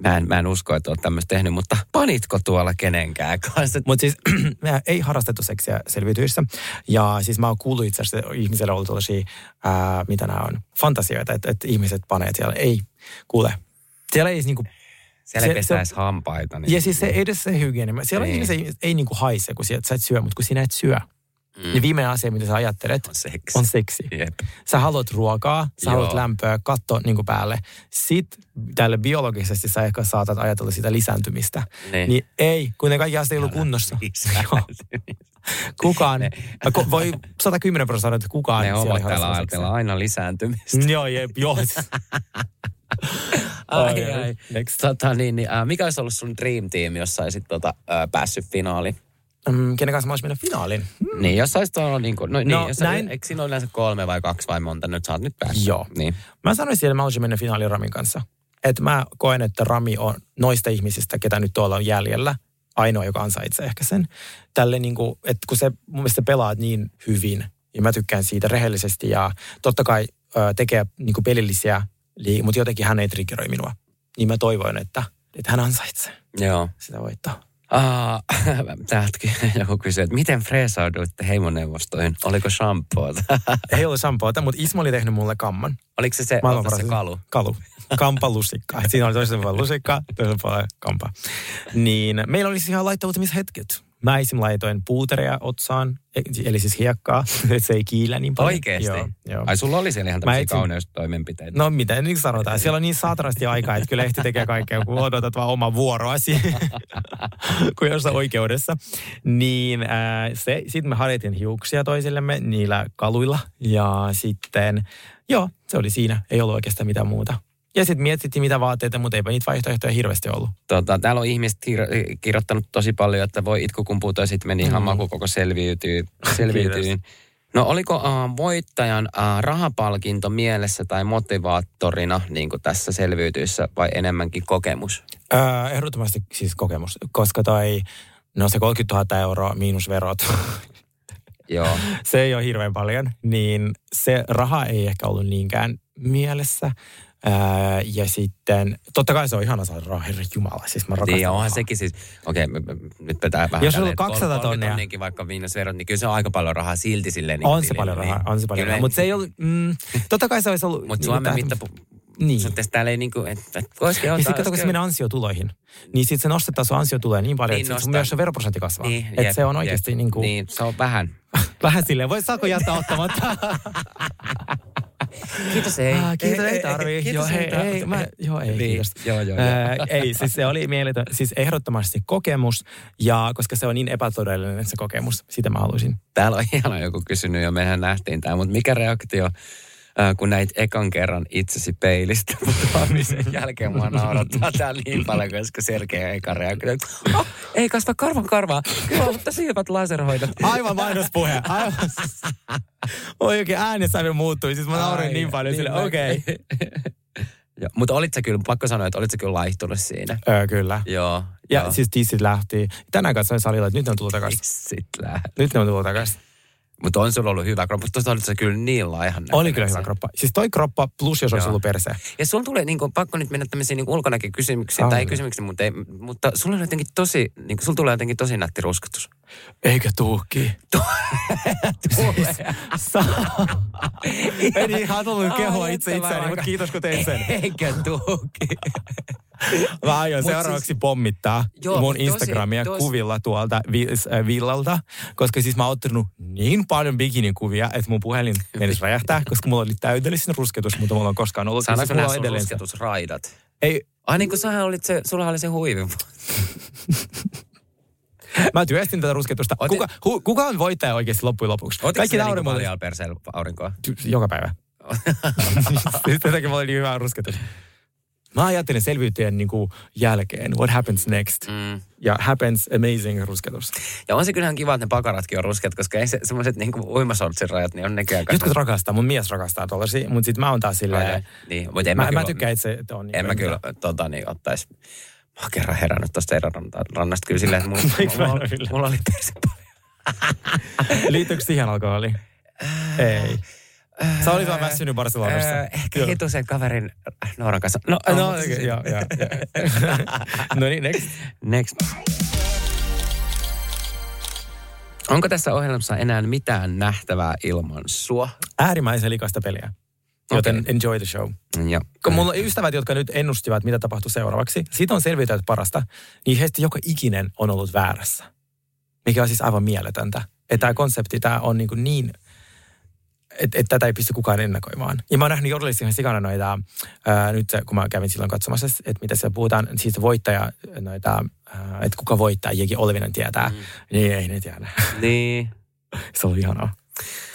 [SPEAKER 3] Mä en, mä en usko, että olet tämmöistä tehnyt, mutta panitko tuolla kenenkään kanssa?
[SPEAKER 2] mutta siis *clears throat* me ei harrastettu seksiä selvityissä. Ja siis mä oon kuullut itse asiassa että ihmisillä on ollut tällaisia, ää, mitä nämä on, fantasioita, että, että ihmiset panee siellä. Ei, kuule. Siellä ei niinku
[SPEAKER 3] Siellä ei
[SPEAKER 2] Se-
[SPEAKER 3] pestä
[SPEAKER 2] se-
[SPEAKER 3] edes hampaita. Niin
[SPEAKER 2] Ja siis se, edes se hygienia. Siellä
[SPEAKER 3] Niin.
[SPEAKER 2] ei. ihmiset ei, ei niinku haise, kun sieltä sä et syö, mutta kun sinä et syö, mm. niin viimeinen asia, mitä sä ajattelet,
[SPEAKER 3] On seksi. *laughs* Niin,
[SPEAKER 2] on seksi.
[SPEAKER 3] Jep.
[SPEAKER 2] Sä haluat ruokaa, sä
[SPEAKER 3] Joo.
[SPEAKER 2] haluat lämpöä, katto niin päälle. Sitten tälle biologisesti sä ehkä saatat ajatella sitä lisääntymistä.
[SPEAKER 3] Niin.
[SPEAKER 2] Niin ei, kun ne kaikki asiat ei ollut kunnossa. Joo. Kukaan, ko- voi 110 prosenttia sanoa, että kukaan
[SPEAKER 3] Ne
[SPEAKER 2] siellä
[SPEAKER 3] ovat
[SPEAKER 2] ei
[SPEAKER 3] tällä
[SPEAKER 2] harrasta
[SPEAKER 3] ajatella
[SPEAKER 2] seksiä.
[SPEAKER 3] aina lisääntymistä.
[SPEAKER 2] Joo, jep, joo.
[SPEAKER 3] Ai,
[SPEAKER 2] Okei,
[SPEAKER 3] *laughs* ai.
[SPEAKER 2] next.
[SPEAKER 3] Tota, niin, niin, äh, mikä olisi ollut sun dream team, jos saisit tota, äh, päässyt finaaliin?
[SPEAKER 2] Mm, Kenen kanssa mä olisin mennä finaaliin?
[SPEAKER 3] Niin, jos saisit olla niin kuin, no, niin,
[SPEAKER 2] No,
[SPEAKER 3] jos
[SPEAKER 2] näin-
[SPEAKER 3] näin... eikö siinä ole yleensä kolme vai kaksi vai monta, nyt sä oot nyt päässyt.
[SPEAKER 2] Joo.
[SPEAKER 3] Niin.
[SPEAKER 2] Mä sanoisin, että mä haluaisin mennä finaaliin Ramin kanssa. Et mä koen, että Rami on noista ihmisistä, ketä nyt tuolla on jäljellä, ainoa, joka ansaitsee ehkä sen. Tälle niin kuin, että kun se mun mielestä sä pelaat niin hyvin, ja mä tykkään siitä rehellisesti, ja totta kai ö, tekee niin kuin pelillisiä, liik- mutta jotenkin hän ei triggeroi minua. Niin mä toivoin, että, että hän ansaitsee
[SPEAKER 3] Joo.
[SPEAKER 2] sitä voittoa.
[SPEAKER 3] Ah, *laughs* täältäkin joku kysyy, että miten freesauduitte heimoneuvostoihin? Oliko shampoota?
[SPEAKER 2] Ei ollut sampoota, mutta Ismo oli tehnyt mulle kamman.
[SPEAKER 3] Oliko se se,
[SPEAKER 2] Maailman
[SPEAKER 3] ota se
[SPEAKER 2] paras-
[SPEAKER 3] kalu?
[SPEAKER 2] Kalu. Kampalusikka. Et Siinä oli toisella puolella lusikka, toisella puolella kampa. Niin meillä oli ihan laittautumishetket. Mä esim. laitoin puutereja otsaan, e- eli siis hiekkaa, *laughs* että se ei kiillä niin paljon.
[SPEAKER 3] Oikeesti?
[SPEAKER 2] Joo, joo.
[SPEAKER 3] Ai sulla oli siellä ihan
[SPEAKER 2] Mä
[SPEAKER 3] tämmöisiä
[SPEAKER 2] etsin-
[SPEAKER 3] kauneustoimenpiteitä.
[SPEAKER 2] No mitä nyt sanotaan, siellä on niin saatanasti aikaa, että kyllä ehti tekee kaikkea, kun odotat vaan omaa vuoroasi, *laughs* kun jossain oikeudessa. Niin äh, se, sitten me harjoitin hiuksia toisillemme niillä kaluilla ja sitten, joo, se oli siinä, ei ollut oikeastaan mitään muuta. Ja sitten mietittiin mitä vaatteita, mutta eipä niitä vaihtoehtoja hirveästi ollut.
[SPEAKER 3] Tota, täällä on ihmiset kiir- kirjoittanut tosi paljon, että voi itku kumpuuta ja sitten meni ihan
[SPEAKER 2] Mm.
[SPEAKER 3] maku koko selviytyy. selviytyy. No oliko uh, voittajan uh, rahapalkinto mielessä tai motivaattorina niin kuin tässä selviytyissä vai enemmänkin kokemus?
[SPEAKER 2] Öö, ehdottomasti siis kokemus, koska toi, no se 30 000 euroa miinus verot, *laughs*
[SPEAKER 3] Joo.
[SPEAKER 2] se ei ole hirveän paljon, niin se raha ei ehkä ollut niinkään mielessä. Ää, ja sitten, totta kai se on ihana saada rahaa, herra jumala, siis mä rakastan
[SPEAKER 3] Niin, ja onhan
[SPEAKER 2] rahaa.
[SPEAKER 3] sekin siis, okei, me- me- nyt pitää vähän...
[SPEAKER 2] Jos sulla on
[SPEAKER 3] tälleen, että
[SPEAKER 2] 200
[SPEAKER 3] kol- kolme
[SPEAKER 2] tonnia.
[SPEAKER 3] tonniakin vaikka miinusverot, niin kyllä se on aika paljon rahaa silti niinku silleen. niin
[SPEAKER 2] On
[SPEAKER 3] kuin
[SPEAKER 2] se paljon
[SPEAKER 3] tilillä,
[SPEAKER 2] rahaa, on se paljon rahaa,
[SPEAKER 3] Kyllä me- niin
[SPEAKER 2] mutta se ei ollut, mm, totta kai se olisi
[SPEAKER 3] *laughs*
[SPEAKER 2] ollut...
[SPEAKER 3] Mutta
[SPEAKER 2] niinku
[SPEAKER 3] Suomen
[SPEAKER 2] tää-
[SPEAKER 3] mittapu...
[SPEAKER 2] Niin.
[SPEAKER 3] Niin. Sanotaan, että täällä ei niinku, että et, voisikin
[SPEAKER 2] Ja
[SPEAKER 3] ottaa...
[SPEAKER 2] sitten kato, kun se
[SPEAKER 3] äsken-
[SPEAKER 2] menee ansiotuloihin, niin sitten se nostetaan sun ansiotuloja niin paljon,
[SPEAKER 3] Niin
[SPEAKER 2] että sit sun
[SPEAKER 3] nostaa.
[SPEAKER 2] myös se veroprosentti kasvaa.
[SPEAKER 3] Niin,
[SPEAKER 2] että
[SPEAKER 3] jep,
[SPEAKER 2] se on
[SPEAKER 3] jep.
[SPEAKER 2] oikeasti niin kuin,
[SPEAKER 3] Niin, se on vähän.
[SPEAKER 2] vähän silleen, voi saako jättää
[SPEAKER 3] *laughs*
[SPEAKER 2] ottamatta?
[SPEAKER 3] Kiitos, ei.
[SPEAKER 2] Ah, kiitos, ei, tarvii.
[SPEAKER 3] Kiitos,
[SPEAKER 2] joo, hei,
[SPEAKER 3] tarvii.
[SPEAKER 2] ei, mä, joo, ei,
[SPEAKER 3] Niin,
[SPEAKER 2] kiitos.
[SPEAKER 3] Joo, joo, joo.
[SPEAKER 2] Ää, ei, siis se oli mieletön, siis ehdottomasti kokemus, ja koska se on niin epätodellinen se kokemus, sitä mä haluaisin.
[SPEAKER 3] Täällä on ihana joku kysynyt ja mehän nähtiin tämä, mutta mikä reaktio, äh, kun näit ekan kerran itsesi peilistä
[SPEAKER 2] *laughs*
[SPEAKER 3] putoamisen jälkeen mua naurattaa tää niin paljon, koska selkeä eka reaktio. Oh, ei kasva karvan karvaa. Kyllä, mutta silmät laserhoidot.
[SPEAKER 2] Aivan mainospuhe, *laughs* aivan. Oikein äänesävy muuttui, siis mä naurin
[SPEAKER 3] Ai,
[SPEAKER 2] niin paljon sille,
[SPEAKER 3] mä-
[SPEAKER 2] okei.
[SPEAKER 3] Joo, mutta olit sä kyllä, pakko sanoa, että olit sä kyllä laihtunut siinä.
[SPEAKER 2] Öö, kyllä.
[SPEAKER 3] Joo.
[SPEAKER 2] Ja
[SPEAKER 3] joo.
[SPEAKER 2] siis tissit lähti. Tänään katsoin salilla, että nyt ne on tullut takaisin.
[SPEAKER 3] Sit lähe.
[SPEAKER 2] Nyt ne on tullut takaisin.
[SPEAKER 3] Mutta on sulla ollut hyvä kroppa, mutta olit sä kyllä niin laihan
[SPEAKER 2] Oli
[SPEAKER 3] näköinen
[SPEAKER 2] kyllä hyvä
[SPEAKER 3] siinä.
[SPEAKER 2] kroppa. Siis toi kroppa plus, jos olisi
[SPEAKER 3] Joo.
[SPEAKER 2] ollut perse.
[SPEAKER 3] Ja sulla tulee niin kuin, pakko nyt mennä tämmöisiin niin ulkonäkökysymyksiin,
[SPEAKER 2] Aivan.
[SPEAKER 3] tai ei kysymyksiin, mutta, ei, mutta sulla on jotenkin tosi, niin kuin, sulla tulee jotenkin tosi nätti rusketus.
[SPEAKER 2] Eikä tuhki. Siis, saa. En ihan tullut kehoa itse itseäni, mutta kiitos kun teit sen. Siis
[SPEAKER 3] Eikä tuuki.
[SPEAKER 2] Mä aion
[SPEAKER 3] Mut siis
[SPEAKER 2] seuraavaksi pommittaa
[SPEAKER 3] Joo,
[SPEAKER 2] mun
[SPEAKER 3] tosi-
[SPEAKER 2] Instagramia
[SPEAKER 3] tosi-
[SPEAKER 2] kuvilla tuolta vi, äh, villalta, koska siis mä oon ottanut niin paljon bikinikuvia, että mun puhelin menisi räjähtää, koska mulla oli täydellisen rusketus, mutta mulla on koskaan ollut.
[SPEAKER 3] Saadaanko
[SPEAKER 2] siis mulla
[SPEAKER 3] nämä
[SPEAKER 2] on
[SPEAKER 3] sun
[SPEAKER 2] edelleen se.
[SPEAKER 3] rusketusraidat?
[SPEAKER 2] Ei,
[SPEAKER 3] Ai niin kuin sähän olit se, sulla oli se huivi.
[SPEAKER 2] mä työstin tätä rusketusta.
[SPEAKER 3] Otin-
[SPEAKER 2] Kuka, hu, kuka on voittaja oikeasti loppujen lopuksi?
[SPEAKER 3] Otitko
[SPEAKER 2] Kaikki
[SPEAKER 3] Kaikki niin
[SPEAKER 2] naurimulle.
[SPEAKER 3] paljon perseellä aurinkoa?
[SPEAKER 2] Ty- Joka
[SPEAKER 3] *laughs*
[SPEAKER 2] päivä. Sitten takia mulla oli niin hyvä rusketus. Mä ajattelin selviytyjen niin kuin jälkeen, what happens next.
[SPEAKER 3] Mm.
[SPEAKER 2] Ja happens amazing rusketus.
[SPEAKER 3] Ja on se kyllähän kiva, että ne pakaratkin on ruskeat, koska ei se, semmoiset niin kuin uimasortsin rajat, niin on nekään.
[SPEAKER 2] Jotkut rakastaa, mun mies rakastaa tollasia, mutta sit mä oon taas silleen,
[SPEAKER 3] Niin, mutta en
[SPEAKER 2] mä,
[SPEAKER 3] mä,
[SPEAKER 2] mä,
[SPEAKER 3] kyllä-
[SPEAKER 2] tykkään itse, että on niin
[SPEAKER 3] En mä kyllä tota, niin, ottais. Mä oon kerran herännyt tosta rannasta kyllä silleen, että
[SPEAKER 2] Eikö
[SPEAKER 3] mulla, mulla,
[SPEAKER 2] mä kyllä?
[SPEAKER 3] mulla oli perse paljon.
[SPEAKER 2] Liittyykö siihen alkoholiin? Ei. Sä olit vaan väsynyt Barcelonassa.
[SPEAKER 3] Öö, Äh, ehkä
[SPEAKER 2] Joo.
[SPEAKER 3] hitusen kaverin äh, Nooran kanssa. No,
[SPEAKER 2] No,
[SPEAKER 3] mutta
[SPEAKER 2] okei,
[SPEAKER 3] siis-
[SPEAKER 2] joo, joo,
[SPEAKER 3] *laughs*
[SPEAKER 2] joo. No niin, next.
[SPEAKER 3] Next. Onko tässä ohjelmassa enää mitään nähtävää ilman sua?
[SPEAKER 2] Äärimmäisen likasta peliä. Joten
[SPEAKER 3] Okei.
[SPEAKER 2] enjoy the show.
[SPEAKER 3] Ja,
[SPEAKER 2] Kun mulla on ystävät, jotka nyt ennustivat, mitä tapahtuu seuraavaksi, siitä on selviytynyt parasta, niin heistä joka ikinen on ollut väärässä. Mikä on siis aivan mieletöntä. Että tämä konsepti, tämä on niin, kuin niin että et tätä ei pysty kukaan ennakoimaan. Ja mä oon nähnyt Jodlissa ihan sikana noita, ää, nyt se, kun mä kävin silloin katsomassa, että mitä siellä puhutaan, siitä voittaja, noita, ää, että kuka voittaa, Jeki Olvinen tietää. Mm. Niin ei ne tiedä.
[SPEAKER 3] Äh,
[SPEAKER 2] *laughs*
[SPEAKER 3] Niin,
[SPEAKER 2] se oli ihanaa.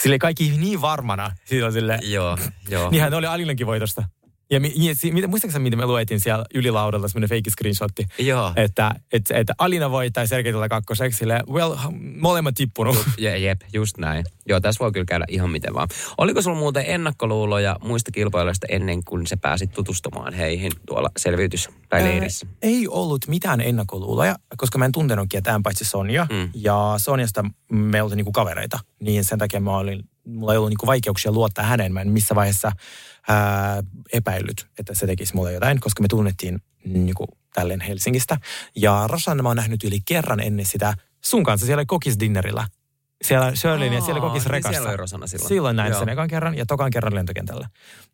[SPEAKER 2] Sille kaikki niin varmana. Siitä on sille,
[SPEAKER 3] joo, joo.
[SPEAKER 2] Niinhän ne oli Alilankin voitosta. Ja mi, niin, si, mitä- muistaakseni, mitä me luetin siellä ylilaudalla, semmoinen fake screenshotti,
[SPEAKER 3] Joo,
[SPEAKER 2] että, että, että Alina voittaa Sergei tulee kakkoseksi, sille, well, molemmat tippunut.
[SPEAKER 3] Je- jep, just näin. Joo, tässä voi kyllä käydä ihan miten vaan. Oliko sulla muuten ennakkoluuloja muista kilpailijoista ennen kuin sä pääsit tutustumaan heihin tuolla selviytys- tai leirissä?
[SPEAKER 2] Ää, ei ollut mitään ennakkoluuloja, koska mä en tuntenut ketään paitsi Sonja.
[SPEAKER 3] Mm.
[SPEAKER 2] Mm. Ja Sonjasta me oltiin niinku kavereita, niin sen takia mä olin, mulla ei ollut niinku vaikeuksia luottaa häneen. Mä en missä vaiheessa ää, epäillyt, että se tekisi mulle jotain, koska me tunnettiin niinku tälleen Helsingistä. Ja Rosanna mä oon nähnyt yli kerran ennen sitä sun kanssa siellä kokisdinnerillä. Siellä Shirleyn ja siellä
[SPEAKER 3] Aa,
[SPEAKER 2] kokis
[SPEAKER 3] niin
[SPEAKER 2] rekassa.
[SPEAKER 3] siellä oli Rosanna silloin.
[SPEAKER 2] Silloin näin
[SPEAKER 3] Joo.
[SPEAKER 2] sen ekan kerran ja tokan kerran lentokentällä.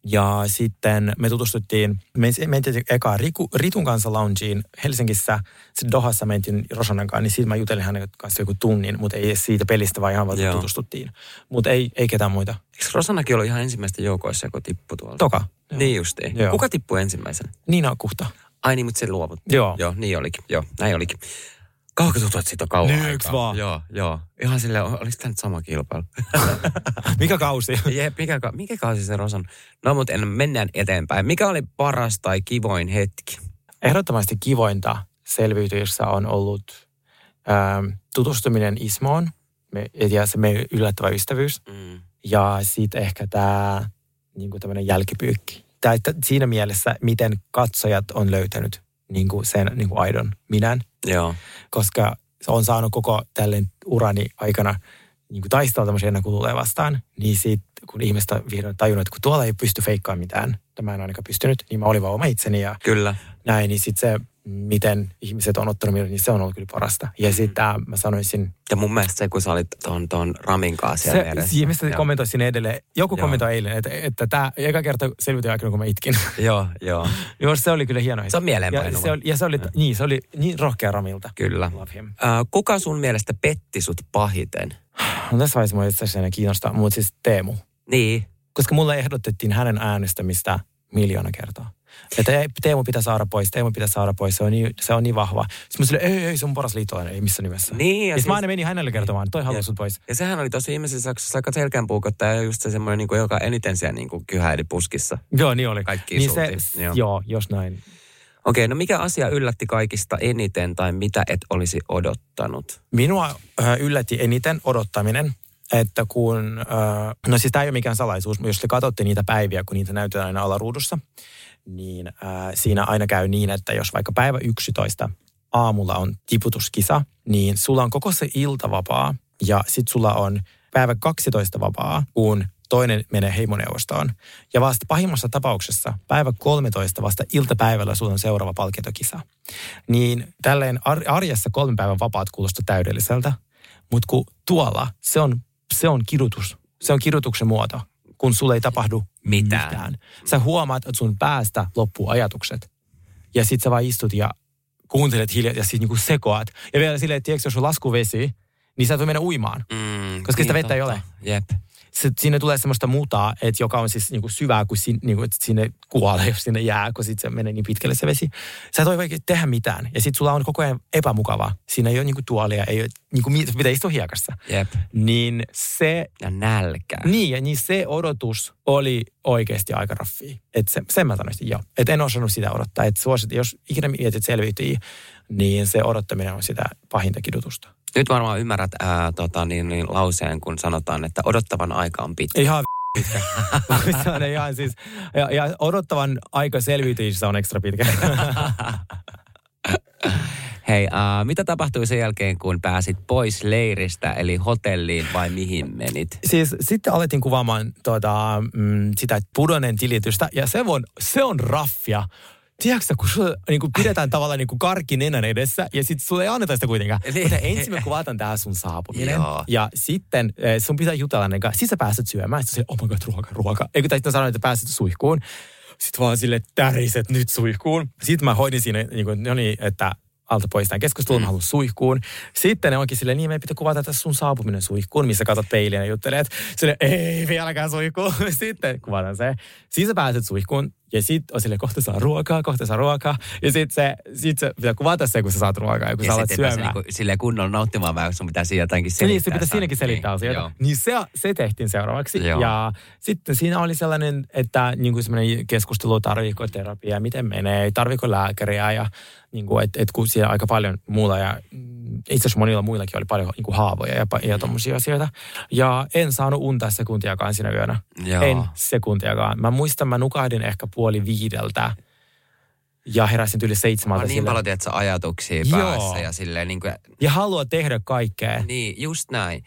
[SPEAKER 2] Ja sitten me tutustuttiin, me mentiin eka Riku, Ritun kanssa loungeen Helsingissä, sitten Dohassa mentiin Rosanan kanssa, niin siitä mä jutelin hänen kanssa joku tunnin, mutta ei edes siitä pelistä, vaan ihan vaan
[SPEAKER 3] Joo.
[SPEAKER 2] tutustuttiin. Mutta ei, ei ketään muita.
[SPEAKER 3] Eikö Rosannakin ollut ihan ensimmäistä joukoissa, kun tippui tuolla?
[SPEAKER 2] Toka.
[SPEAKER 3] Niin justiin.
[SPEAKER 2] Joo.
[SPEAKER 3] Kuka tippui ensimmäisenä?
[SPEAKER 2] Niina Kuhta.
[SPEAKER 3] Ai niin, mutta se luovutti.
[SPEAKER 2] Joo.
[SPEAKER 3] Joo, niin olikin. Joo, näin olikin. Kauanko tuntuu, että siitä on kauan
[SPEAKER 2] Niin, eiks
[SPEAKER 3] aikaa?
[SPEAKER 2] vaan?
[SPEAKER 3] Joo, joo. Ihan silleen, oliko tämä nyt sama kilpailu?
[SPEAKER 2] *laughs* Mikä
[SPEAKER 3] *laughs*
[SPEAKER 2] kausi?
[SPEAKER 3] Jep, mikä, ka- mikä kausi se Rosan? No, mutta en, mennään eteenpäin. Mikä oli paras tai kivoin hetki?
[SPEAKER 2] Ehdottomasti kivointa selviytyjissä on ollut ähm, tutustuminen Ismoon me, ja se meidän yllättävä ystävyys.
[SPEAKER 3] Mm.
[SPEAKER 2] Ja sitten ehkä tämä niin tämmöinen jälkipyykki. Tää, että siinä mielessä, miten katsojat on löytänyt niin kuin sen niin kuin aidon minän,
[SPEAKER 3] Joo.
[SPEAKER 2] koska se on saanut koko tälleen urani aikana niin kuin taistella tämmöisiä ennakkoluuloja vastaan, niin sitten kun ihmiset on vihdoin tajunnut, että kun tuolla ei pysty feikkaamaan mitään, tämä en ainakaan pystynyt, niin mä olin vaan oma itseni ja
[SPEAKER 3] Kyllä.
[SPEAKER 2] näin, niin sitten se, miten ihmiset on ottanut minut, niin se on ollut kyllä parasta. Ja sitten mä sanoisin,
[SPEAKER 3] Ja mun mielestä se, kun sä olit ton, ton Ramin kanssa siellä
[SPEAKER 2] se,
[SPEAKER 3] vieressä.
[SPEAKER 2] ihmiset
[SPEAKER 3] Joo.
[SPEAKER 2] kommentoi sinne edelleen. Joku
[SPEAKER 3] Joo.
[SPEAKER 2] kommentoi eilen, että, että tämä eka kerta selvityin aikana, kun mä itkin.
[SPEAKER 3] Joo, joo.
[SPEAKER 2] *laughs* Joo, se oli kyllä hieno
[SPEAKER 3] Se
[SPEAKER 2] hetki.
[SPEAKER 3] on mieleenpainuva.
[SPEAKER 2] Ja se oli, ja se oli, niin, se oli niin rohkea Ramilta.
[SPEAKER 3] Kyllä.
[SPEAKER 2] Love him.
[SPEAKER 3] Äh, kuka sun mielestä petti sut pahiten?
[SPEAKER 2] No, tässä vaiheessa mua itse asiassa enää kiinnostaa, mutta siis Teemu.
[SPEAKER 3] Niin.
[SPEAKER 2] Koska mulle ehdotettiin hänen äänestämistä miljoona kertaa. Että ei, Teemu pitää saada pois, Teemu pitää saada pois, se on niin, se on niin vahva. Sitten mä silleen, ei, ei, se on paras liittolainen, ei missään nimessä.
[SPEAKER 3] Niin.
[SPEAKER 2] Ja
[SPEAKER 3] Ja,
[SPEAKER 2] siis, mä
[SPEAKER 3] siis,
[SPEAKER 2] aina menin hänelle kertomaan, toi haluaa
[SPEAKER 3] Jep.
[SPEAKER 2] sut pois.
[SPEAKER 3] ja sehän oli tosi ihmisessä Saksassa aika selkään puukottaja ja just se semmoinen, niin kuin, joka eniten siellä niin kuin, kyhäili puskissa.
[SPEAKER 2] Joo, niin oli.
[SPEAKER 3] Kaikki
[SPEAKER 2] niin se,
[SPEAKER 3] insultti, joo.
[SPEAKER 2] joo. joo, jos näin.
[SPEAKER 3] Okei, no mikä asia yllätti kaikista eniten tai mitä et olisi odottanut?
[SPEAKER 2] Minua ö, yllätti eniten odottaminen, että kun, ö, no siis tämä ei ole mikään salaisuus, mutta jos te katsotte niitä päiviä, kun niitä näytetään aina alaruudussa, niin ö, siinä aina käy niin, että jos vaikka päivä 11 aamulla on tiputuskisa, niin sulla on koko se ilta vapaa ja sit sulla on päivä 12 vapaa, kun toinen menee heimoneuvostoon. Ja vasta pahimmassa tapauksessa päivä 13 vasta iltapäivällä sulla on seuraava palkintokisa niin tälleen ar- arjessa kolmen päivän vapaat kuulostaa täydelliseltä, mutta kun tuolla se on, se on kidutus, se on kidutuksen muoto, kun sulle ei tapahdu
[SPEAKER 3] Mitään.
[SPEAKER 2] mitään. mitään. Sä huomaat, että sun päästä loppuu ajatukset ja sit sä vaan istut ja kuuntelet hiljaa ja sit niinku sekoat. Ja vielä silleen, että tiedätkö, jos on laskuvesi, niin sä et voi mennä uimaan.
[SPEAKER 3] Mm,
[SPEAKER 2] Koska sitä vettä ei ole.
[SPEAKER 3] Jep.
[SPEAKER 2] Se, sinne tulee semmoista mutaa, että joka on siis niinku syvää, kun sin, niinku, että sinne kuolee, jos sinne jää, kun sit se menee niin pitkälle se vesi. Sä et voi oikein tehdä mitään. Ja sit sulla on koko ajan epämukavaa. Siinä ei ole niinku tuolia, ei ole, niinku, mi- pitää istua hiekassa.
[SPEAKER 3] Jep.
[SPEAKER 2] Niin se,
[SPEAKER 3] Ja nälkä.
[SPEAKER 2] niin, ja niin se odotus oli oikeasti aika raffia. Et se, sen mä sanoisin, joo. Et en osannut sitä odottaa. Et suosit, jos ikinä mietit selviytyjiä, niin se odottaminen on sitä pahinta kidutusta.
[SPEAKER 3] Nyt varmaan ymmärrät ää, tota, niin, niin, lauseen, kun sanotaan, että odottavan aika on pitkä.
[SPEAKER 2] Ihan *laughs* pitkä. se on ihan siis, ja, ja odottavan aika selviytyjissä on ekstra pitkä.
[SPEAKER 3] Hei, ää, mitä tapahtui sen jälkeen, kun pääsit pois leiristä, eli hotelliin vai mihin menit?
[SPEAKER 2] siis sitten alettiin kuvaamaan tota, mm, sitä pudonen tilitystä ja se on, se on raffia. Tiedätkö, sä, kun sulla niin kuin pidetään tavallaan niin kuin karkki nenän edessä ja sitten sulle ei anneta sitä kuitenkaan.
[SPEAKER 3] Niin. *laughs*
[SPEAKER 2] Mutta ensin me kuvataan tää sun saapuminen.
[SPEAKER 3] Joo.
[SPEAKER 2] Ja sitten eh, sun pitää jutella ne kanssa. Siis sä pääset syömään. Sitten oh my god, ruoka, ruoka. Eikö tai sitten sanoin, että pääset suihkuun. Sitten vaan sille täriset nyt suihkuun. Sitten mä hoidin siinä, niin kuin, no niin, että alta pois tämän keskustelun, mm. halus suihkuun. Sitten ne onkin silleen, niin meidän pitää kuvata tässä sun saapuminen suihkuun, missä katsot peiliä ja juttelet. Sille ei vieläkään suihkuun. *laughs* Sitten kuvataan se. Siis sä pääset suihkuun ja sitten on sille kohta saa ruokaa, kohta saa ruokaa. Ja sitten se, sit se pitää kuvata se, kun sä saat ruokaa ja kun ja sä alat syömään.
[SPEAKER 3] Niinku, silleen kunnolla nauttimaan vähän, kun sun pitää siinä jotainkin selittää.
[SPEAKER 2] Niin, se pitää
[SPEAKER 3] sitä.
[SPEAKER 2] siinäkin selittää
[SPEAKER 3] Niin,
[SPEAKER 2] asioita.
[SPEAKER 3] joo.
[SPEAKER 2] Niin se, se tehtiin seuraavaksi.
[SPEAKER 3] Joo.
[SPEAKER 2] Joo. Ja sitten siinä oli sellainen, että niin kuin sellainen keskustelu, tarviiko terapiaa, miten menee, tarviiko lääkäriä ja niin kuin, et, et kun siellä aika paljon muulla ja mm, itse asiassa monilla muillakin oli paljon niin kuin haavoja ja, pa- ja tommosia asioita. Ja en saanut unta sekuntiakaan siinä yönä.
[SPEAKER 3] Joo.
[SPEAKER 2] En sekuntiakaan. Mä muistan, mä nukahdin ehkä puoli viideltä ja heräsin yli seitsemältä.
[SPEAKER 3] On niin
[SPEAKER 2] sillä-
[SPEAKER 3] paljon, tiedätkö, ajatuksia
[SPEAKER 2] Joo.
[SPEAKER 3] päässä ja silleen niin kuin,
[SPEAKER 2] ja haluaa tehdä kaikkea.
[SPEAKER 3] Niin, just näin.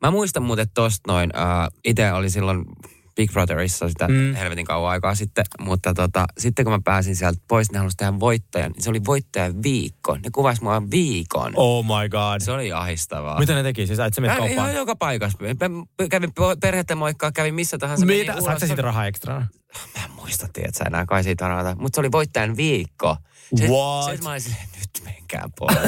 [SPEAKER 3] Mä muistan muuten tosta noin, äh, itse oli silloin Big Brotherissa sitä mm.
[SPEAKER 2] Mm.
[SPEAKER 3] helvetin kauan aikaa sitten, mutta tota, sitten kun mä pääsin sieltä pois, ne halusi tehdä voittajan, niin se oli voittajan viikko. Ne kuvasi mua viikon.
[SPEAKER 2] Oh my god.
[SPEAKER 3] Se oli ahistavaa.
[SPEAKER 2] Mitä ne teki? Siis et sä menet
[SPEAKER 3] Mä
[SPEAKER 2] kauppaan?
[SPEAKER 3] ihan joka paikassa. Mä Kävin po- perhettä moikkaa, kävin missä tahansa. menin
[SPEAKER 2] Mitä?
[SPEAKER 3] ulos.
[SPEAKER 2] Saatko siitä rahaa ekstra?
[SPEAKER 3] Mä en muista, tiedät sä enää kai siitä arvata. Mutta se oli voittajan viikko. Se,
[SPEAKER 2] What?
[SPEAKER 3] se, Siis- mä olin silleen, nyt menkää
[SPEAKER 2] *laughs*
[SPEAKER 3] pois.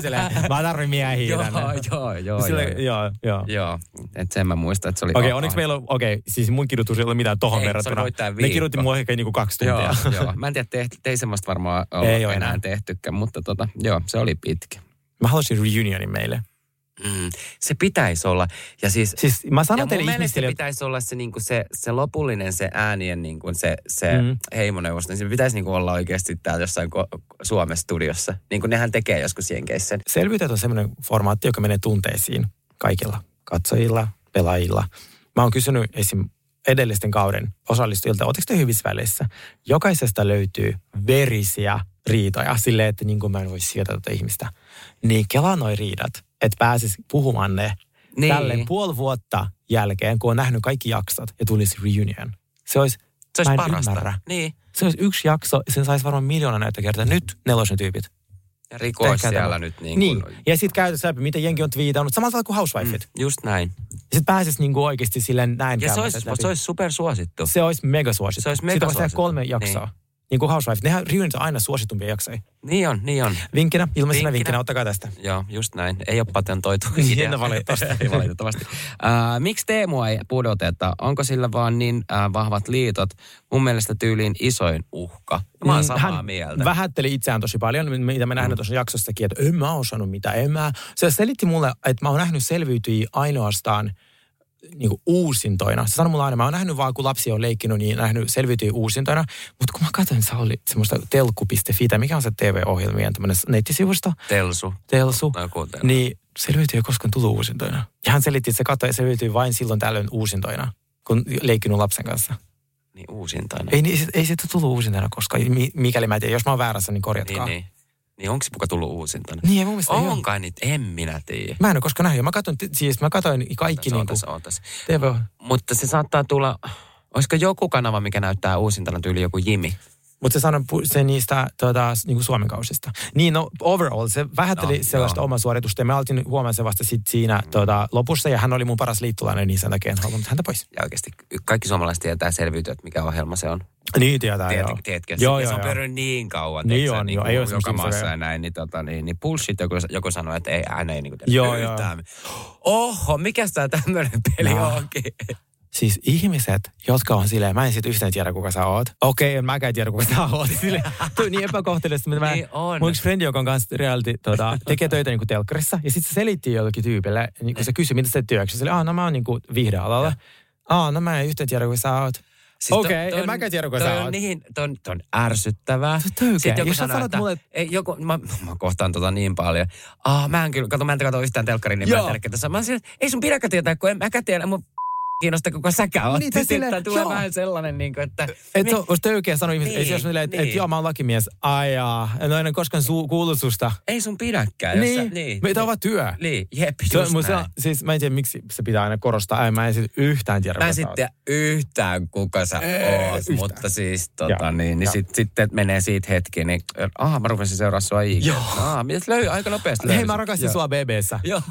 [SPEAKER 2] Silleen, mä tarvin miehiä
[SPEAKER 3] joo,
[SPEAKER 2] tänne.
[SPEAKER 3] joo, joo,
[SPEAKER 2] Sille,
[SPEAKER 3] joo.
[SPEAKER 2] joo, joo.
[SPEAKER 3] Joo, et sen mä muistan, että se oli...
[SPEAKER 2] Okei,
[SPEAKER 3] vapaa.
[SPEAKER 2] onneksi meillä on, okei, siis mun kirjoitus ei ole mitään tohon
[SPEAKER 3] Ei, se
[SPEAKER 2] verrattuna.
[SPEAKER 3] oli voittajan
[SPEAKER 2] ne
[SPEAKER 3] viikko.
[SPEAKER 2] kirjoitti mua ehkä niinku kaksi tuntia.
[SPEAKER 3] Joo, joo. Mä en tiedä, teht, ei semmoista varmaan ole
[SPEAKER 2] Ei
[SPEAKER 3] enää,
[SPEAKER 2] oo
[SPEAKER 3] enää
[SPEAKER 2] enää.
[SPEAKER 3] tehtykään, mutta tota, joo, se oli pitkä.
[SPEAKER 2] Mä halusin reunionin meille.
[SPEAKER 3] Mm, se pitäisi olla, ja siis...
[SPEAKER 2] Siis mä
[SPEAKER 3] ja
[SPEAKER 2] sanon
[SPEAKER 3] mun
[SPEAKER 2] teille
[SPEAKER 3] mielestä
[SPEAKER 2] ihmisille,
[SPEAKER 3] se
[SPEAKER 2] että
[SPEAKER 3] pitäisi olla se, niinku se, se lopullinen, se äänien niinku se, se mm.
[SPEAKER 2] Mm.
[SPEAKER 3] heimoneuvos, niin se pitäisi niinku olla oikeasti täällä jossain ko- Suomen studiossa. Niin kuin nehän tekee joskus jenkeissä sen.
[SPEAKER 2] selviytyjät on semmoinen formaatti, joka menee tunteisiin kaikilla katsojilla, pelaajilla. Mä oon kysynyt esim. edellisten kauden osallistujilta, oletteko te hyvissä väleissä? Jokaisesta löytyy verisiä riitoja silleen, että niin kuin mä en voi sietää tätä ihmistä. Niin kelaa noi riidat, että pääsis puhumaan ne
[SPEAKER 3] Niin.
[SPEAKER 2] niin. tälle puoli vuotta jälkeen, kun on nähnyt kaikki jaksot ja tulisi reunion. Se olisi,
[SPEAKER 3] Se
[SPEAKER 2] mä
[SPEAKER 3] olisi
[SPEAKER 2] en
[SPEAKER 3] parasta.
[SPEAKER 2] ymmärrä.
[SPEAKER 3] Niin.
[SPEAKER 2] Se olisi yksi jakso, sen saisi varmaan miljoona näyttökertaa. Nyt nelosen tyypit.
[SPEAKER 3] Ja rikois
[SPEAKER 2] Tehkää
[SPEAKER 3] siellä
[SPEAKER 2] tämä.
[SPEAKER 3] nyt niin,
[SPEAKER 2] Niin,
[SPEAKER 3] kuin, niin.
[SPEAKER 2] ja sitten käytössä läpi, miten jenki on twiitannut, samalla tavalla kuin Housewifeit.
[SPEAKER 3] Just näin.
[SPEAKER 2] Sitten pääsis niinku oikeasti silleen näin
[SPEAKER 3] Mm. Ja se
[SPEAKER 2] käymässä
[SPEAKER 3] olisi,
[SPEAKER 2] läpi.
[SPEAKER 3] se olisi supersuosittu.
[SPEAKER 2] se olisi mega suosittu.
[SPEAKER 3] Se olisi
[SPEAKER 2] Siitä voisi
[SPEAKER 3] megasuosittu.
[SPEAKER 2] tehdä kolme
[SPEAKER 3] Niin.
[SPEAKER 2] jaksoa. Niin. niin kuin Housewifeit, nehän reunit on aina suositumpia jaksoja.
[SPEAKER 3] Niin on, niin on.
[SPEAKER 2] Vinkkinä, ilmeisenä
[SPEAKER 3] Vinkkinä.
[SPEAKER 2] vinkkinä, ottakaa tästä.
[SPEAKER 3] Joo, just näin. Ei ole patentoitu
[SPEAKER 2] Niin,
[SPEAKER 3] idea. *laughs*
[SPEAKER 2] valitettavasti.
[SPEAKER 3] Ei no valitettavasti. Äh, miksi Teemua ei pudoteta? Onko sillä vaan niin äh, vahvat liitot? Mun mielestä tyyliin isoin uhka. Ja Mä oon
[SPEAKER 2] Mm,
[SPEAKER 3] samaa mieltä. Mm.
[SPEAKER 2] vähätteli itseään tosi paljon, niin mitä me nähdään tuossa jaksossakin, että en mä osannut mitä, en mä. Se selitti mulle, että mä oon nähnyt selviytyjiä ainoastaan niin kuin uusintoina. Se sanoi mulle aina, mä oon nähnyt vaan, kun lapsi on leikkinut, niin nähnyt selviytyjiä uusintoina. Mutta kun mä katsoin, se oli semmoista telkku.fi, tai mikä on se TV-ohjelmien tämmöinen nettisivusto,
[SPEAKER 3] Telsu.
[SPEAKER 2] telsu,
[SPEAKER 3] No, joku telsu.
[SPEAKER 2] niin selviytyjä ei koskaan tullut uusintoina. Ja hän selitti, että se katsoi selviytyjä vain silloin tällöin uusintoina, kun leikkinut lapsen kanssa.
[SPEAKER 3] Niin uusintainen.
[SPEAKER 2] Ei, niin, ei siitä tullut uusintana koskaan, mi- mikäli mä en tiedä. Jos mä oon väärässä, niin
[SPEAKER 3] niin,
[SPEAKER 2] korjatkaa.
[SPEAKER 3] niin. niin onko se muka tullut uusintana?
[SPEAKER 2] Niin, ei mun mielestä ei ole.
[SPEAKER 3] Onkaan niitä, en minä tiedä.
[SPEAKER 2] Mä en ole koskaan nähnyt. Mä katsoin, siis mä katsoin kaikki niin kuin
[SPEAKER 3] Ootas, ootas.
[SPEAKER 2] TV.
[SPEAKER 3] Mutta se saattaa tulla... Olisiko joku kanava, mikä näyttää uusintana tyyli joku Jimi?
[SPEAKER 2] Mutta se sanoi pu- se niistä tuota, niin kuin Suomen kausista. Niin, no overall, se vähätteli
[SPEAKER 3] No,
[SPEAKER 2] no, sellaista
[SPEAKER 3] joo.
[SPEAKER 2] omaa suoritusta. Ja mä oltiin huomaan se vasta sit siinä tuota, lopussa. Ja hän oli mun paras liittolainen, niin sen takia en halunnut häntä pois.
[SPEAKER 3] Ja oikeasti kaikki suomalaiset tietää selviytyä, että mikä ohjelma se on.
[SPEAKER 2] Niin, tietää,
[SPEAKER 3] Tiet,
[SPEAKER 2] joo.
[SPEAKER 3] tiedätkö,
[SPEAKER 2] Joo,
[SPEAKER 3] ja se
[SPEAKER 2] joo,
[SPEAKER 3] on
[SPEAKER 2] joo.
[SPEAKER 3] pyörinyt niin kauan,
[SPEAKER 2] Niin
[SPEAKER 3] tiedätkö,
[SPEAKER 2] on,
[SPEAKER 3] niin
[SPEAKER 2] joo, ei ole
[SPEAKER 3] joka
[SPEAKER 2] semmoista
[SPEAKER 3] maassa
[SPEAKER 2] mitään.
[SPEAKER 3] ja näin, niin, tota, niin, niin bullshit, joku, joku sanoi, että ei, hän ei niin kuin
[SPEAKER 2] Joo, joo.
[SPEAKER 3] yhtään. Oho, mikä tämä tämmöinen peli no.
[SPEAKER 2] No.
[SPEAKER 3] onkin?
[SPEAKER 2] Siis ihmiset, jotka on silleen, mä en sit yhtään tiedä, kuka sä oot. Okei, en mäkään tiedä, kuka sä oot. Silleen, toi niin epäkohteellista, mitä mä...
[SPEAKER 3] Niin on.
[SPEAKER 2] Mun yksi frendi, joka on kanssa reality, tota, *laughs* tekee töitä niinku telkkarissa. Ja sitten se selitti jollekin tyypille, niin kun se kysyi, mitä sä teet työksi. Sille, aah, no mä oon niinku viihdealalla. Aah, no mä en yhtään tiedä, kuka sä oot.
[SPEAKER 3] Siis
[SPEAKER 2] Okei,
[SPEAKER 3] toi- toi
[SPEAKER 2] en
[SPEAKER 3] on-
[SPEAKER 2] mäkään tiedä, kuka
[SPEAKER 3] toi
[SPEAKER 2] sä
[SPEAKER 3] on
[SPEAKER 2] oot.
[SPEAKER 3] Niin, toi on, toi on ärsyttävää.
[SPEAKER 2] Toi on
[SPEAKER 3] Sitten
[SPEAKER 2] oikein.
[SPEAKER 3] joku
[SPEAKER 2] Jos sä
[SPEAKER 3] sanoo,
[SPEAKER 2] sanot
[SPEAKER 3] että,
[SPEAKER 2] mulle-
[SPEAKER 3] ei, joku, mä, mä kohtaan tota niin paljon. Ah, mä en kyllä, kato, mä en katso yhtään telkkarin, niin
[SPEAKER 2] Joo.
[SPEAKER 3] mä en tiedä, ketä sä- Mä oon sillä, ei sun pidäkään tietää, kun en mäkään tiedä, mun kiinnosta, kuka säkään oot.
[SPEAKER 2] Niin, tai
[SPEAKER 3] Sitten
[SPEAKER 2] silleen,
[SPEAKER 3] tulee
[SPEAKER 2] joo.
[SPEAKER 3] vähän sellainen, niin kuin, että...
[SPEAKER 2] Et se on olisi töykeä sanoa ihmisille,
[SPEAKER 3] Niin,
[SPEAKER 2] niin, että niin.
[SPEAKER 3] niin.
[SPEAKER 2] et, joo, mä oon lakimies. Ai jaa, en ole koskaan su- kuullut susta.
[SPEAKER 3] ei sun pidäkään. jos
[SPEAKER 2] Niin,
[SPEAKER 3] sä, niin.
[SPEAKER 2] meitä on vaan työ.
[SPEAKER 3] Niin, jep,
[SPEAKER 2] Se,
[SPEAKER 3] just
[SPEAKER 2] mut se, on-
[SPEAKER 3] näin.
[SPEAKER 2] siis mä en tiedä, miksi se pitää aina korostaa. Ei, mä en sit yhtään tiedä,
[SPEAKER 3] Mä
[SPEAKER 2] kuka
[SPEAKER 3] en
[SPEAKER 2] sä oot.
[SPEAKER 3] sitten yhtään kuka sä oot, mutta siis tota
[SPEAKER 2] Joo,
[SPEAKER 3] niin, niin
[SPEAKER 2] joo.
[SPEAKER 3] sit, sitten menee siitä hetki, niin aha, mä rupesin seuraa sua IG.
[SPEAKER 2] Joo.
[SPEAKER 3] Aha, mitäs löy, aika nopeasti
[SPEAKER 2] Hei,
[SPEAKER 3] löysin.
[SPEAKER 2] mä rakastin
[SPEAKER 3] Joo.
[SPEAKER 2] sua BBssä.
[SPEAKER 3] *laughs* Joo.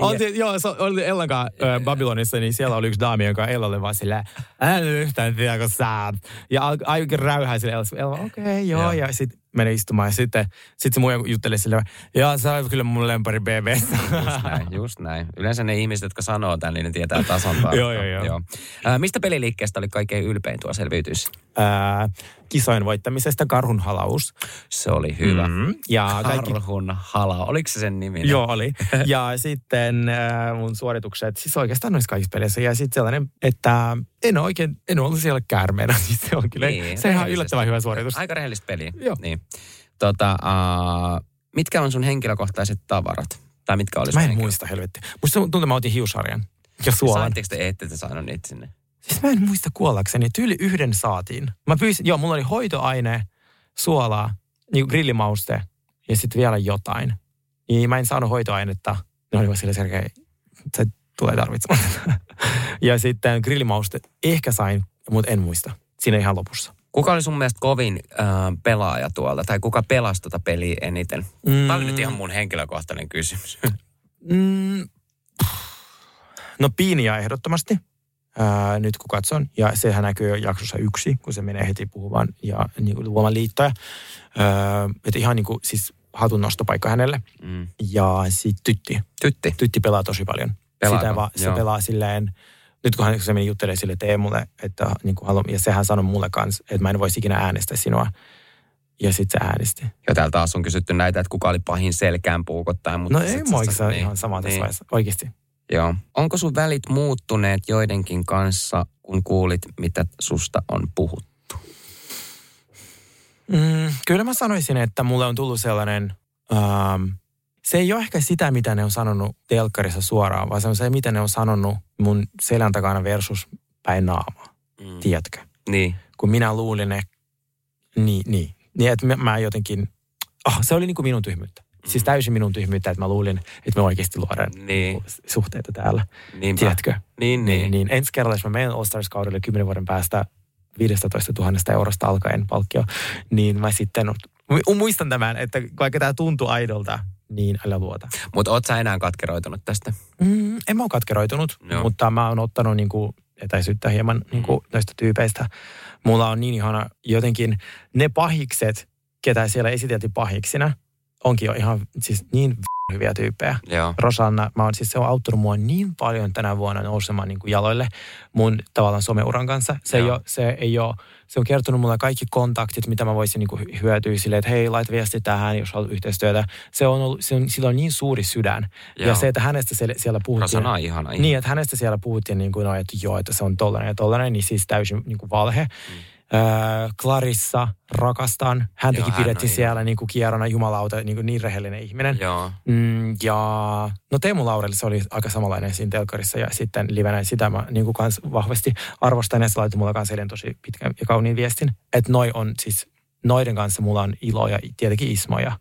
[SPEAKER 2] Oltiin, joo, se oli Ellan kanssa ö, Babylonissa, niin siellä oli yksi daami, joka Ella oli vaan silleen, en yhtään tiedä, kun sä oot." Ja al- aika räyhää sille Ella, Ella okei, okay, joo,
[SPEAKER 3] Joo.
[SPEAKER 2] ja sit meni istumaan. Ja sitten, sitten se muu jutteli sille, ja sä oot kyllä mun lempari BB. *laughs*
[SPEAKER 3] Just näin, just näin. Yleensä ne ihmiset, jotka sanoo tämän, niin ne tietää
[SPEAKER 2] *laughs*
[SPEAKER 3] tason tarkkaan.
[SPEAKER 2] Joo, joo, joo.
[SPEAKER 3] Äh, mistä peliliikkeestä oli kaikkein ylpein tuo selviytys?
[SPEAKER 2] Ää, kisojen voittamisesta karhun halaus.
[SPEAKER 3] Se oli hyvä. Mm.
[SPEAKER 2] Ja Mm-hmm. kaikki,
[SPEAKER 3] Karhun hala, oliko se sen nimi?
[SPEAKER 2] Joo, oli. Ja sitten äh, mun suoritukset, siis oikeastaan noissa kaikissa peleissä. Ja sitten sellainen, että en oo oikein, en ole ollut siellä käärmeenä. *laughs* Siis se on kyllä, niin, se on ihan
[SPEAKER 3] rehellisesti.
[SPEAKER 2] yllättävän hyvä suoritus.
[SPEAKER 3] Aika rehellistä peliä.
[SPEAKER 2] Joo.
[SPEAKER 3] Niin. Tota, äh, mitkä on sun henkilökohtaiset tavarat? Tai mitkä oli sun
[SPEAKER 2] Mä en
[SPEAKER 3] henkilö-
[SPEAKER 2] muista, helvetti. Musta tuntuu, että mä otin hiusharjan ja suolan.
[SPEAKER 3] Saitteko te, ette te saanut niitä sinne?
[SPEAKER 2] Siis mä en muista kuollakseni. Tyyli yhden saatiin. Mä pyysin, joo, mulla oli hoitoaine, suolaa, niin grillimauste ja sitten vielä jotain. Niin mä en saanut hoitoainetta. Ne oli vaan sillä Sergei, se tulee tarvitsemaan. *laughs* tätä." ja sitten grillimauste ehkä sain, mutta en muista. Siinä ihan lopussa.
[SPEAKER 3] Kuka oli sun mielestä kovin äh, pelaaja tuolla, tai kuka pelasi tota peliä eniten? Mm. Tämä oli nyt ihan mun henkilökohtainen kysymys.
[SPEAKER 2] Mm, no Piinia ehdottomasti, ää, nyt kun katson. Ja sehän näkyy jo jaksossa yksi, kun se menee heti puhumaan ja niin kuin luomaan liittoja. Ää, et ihan niin kuin, siis hatun nostopaikka hänelle.
[SPEAKER 3] *laughs* Mm.
[SPEAKER 2] Ja sitten tytti.
[SPEAKER 3] Tytti.
[SPEAKER 2] Tytti pelaa tosi paljon.
[SPEAKER 3] Pelaako?
[SPEAKER 2] Sitä vaan, se
[SPEAKER 3] Joo.
[SPEAKER 2] pelaa silleen, nyt kun hän, kun se meni juttelee sille Teemulle, että niin kuin haluan, ja sehän sanoi mulle kanssa, että mä en voisi ikinä äänestää sinua. Ja sitten se äänesti.
[SPEAKER 3] Ja täällä taas on kysytty näitä, että kuka oli pahin selkään puukottaja. Mutta
[SPEAKER 2] No ei
[SPEAKER 3] sit
[SPEAKER 2] mua
[SPEAKER 3] sä-
[SPEAKER 2] oikeastaan ihan sama tässä
[SPEAKER 3] niin,
[SPEAKER 2] vaiheessa. Oikeasti.
[SPEAKER 3] Joo. Onko sun välit muuttuneet joidenkin kanssa, kun kuulit, mitä susta on puhuttu?
[SPEAKER 2] Mm, kyllä mä sanoisin, että mulle on tullut sellainen, ähm, se ei ole ehkä sitä, mitä ne on sanonut telkkarissa suoraan, vaan se on se, mitä ne on sanonut mun selän takana versus päin naama,
[SPEAKER 3] Mm.
[SPEAKER 2] tiedätkö?
[SPEAKER 3] Niin.
[SPEAKER 2] Kun minä luulin, että niin, niin, niin että mä, mä jotenkin, oh, se oli niin kuin minun tyhmyyttä. Siis täysin minun tyhmyyttä, että mä luulin, että me oikeasti luodaan
[SPEAKER 3] Mm. Niin.
[SPEAKER 2] suhteita täällä,
[SPEAKER 3] Niinpä.
[SPEAKER 2] tiedätkö?
[SPEAKER 3] Niin,
[SPEAKER 2] Niin.
[SPEAKER 3] niin. niin.
[SPEAKER 2] niin ensi kerralla, jos mä menen All Stars-kaudelle 10 vuoden päästä 15 000 eurosta alkaen palkkio, niin mä sitten mu- muistan tämän, että vaikka tämä tuntuu aidolta, niin älä luota.
[SPEAKER 3] Mutta oot sä enää katkeroitunut tästä?
[SPEAKER 2] Mm, en mä ole katkeroitunut,
[SPEAKER 3] Joo.
[SPEAKER 2] Joo. mutta mä oon ottanut niin kuin etäisyyttä hieman niin kuin näistä tyypeistä. Mulla on niin ihana jotenkin ne pahikset, ketä siellä esiteltiin pahiksina, onkin jo ihan siis niin v- hyviä tyyppejä.
[SPEAKER 3] Joo.
[SPEAKER 2] Rosanna, mä oon, siis se on auttanut mua niin paljon tänä vuonna nousemaan niin kuin jaloille mun tavallaan someuran kanssa. Se, ei
[SPEAKER 3] Joo.
[SPEAKER 2] ole, se, ei ole, se on kertonut mulle kaikki kontaktit, mitä mä voisin niin kuin hy- hyötyä silleen, että hei, laita viesti tähän, jos haluat yhteistyötä. Se on ollut, se on, sillä on niin suuri sydän. Joo.
[SPEAKER 3] Joo.
[SPEAKER 2] Ja se, että hänestä siellä, siellä puhuttiin.
[SPEAKER 3] Rosanna on ihana ihminen.
[SPEAKER 2] Niin, että hänestä siellä puhuttiin, niin kuin, no, että joo, että se on tollainen ja tollainen, niin siis täysin niin kuin valhe. Mm. Öö, Clarissa rakastan. Häntäkin
[SPEAKER 3] Joo, hän on
[SPEAKER 2] pidettiin
[SPEAKER 3] ihana.
[SPEAKER 2] siellä niin kuin kierrona jumalauta, niin, kuin niin rehellinen ihminen.
[SPEAKER 3] Joo.
[SPEAKER 2] Mm, ja no Teemu Laureli, se oli aika samanlainen siinä telkkarissa ja sitten livenä sitä mä niin kuin kans vahvasti arvostan ja se laittoi mulle kanssa eilen tosi pitkän ja kauniin viestin. Että noi on siis, noiden kanssa mulla on ilo ja tietenkin Ismo ja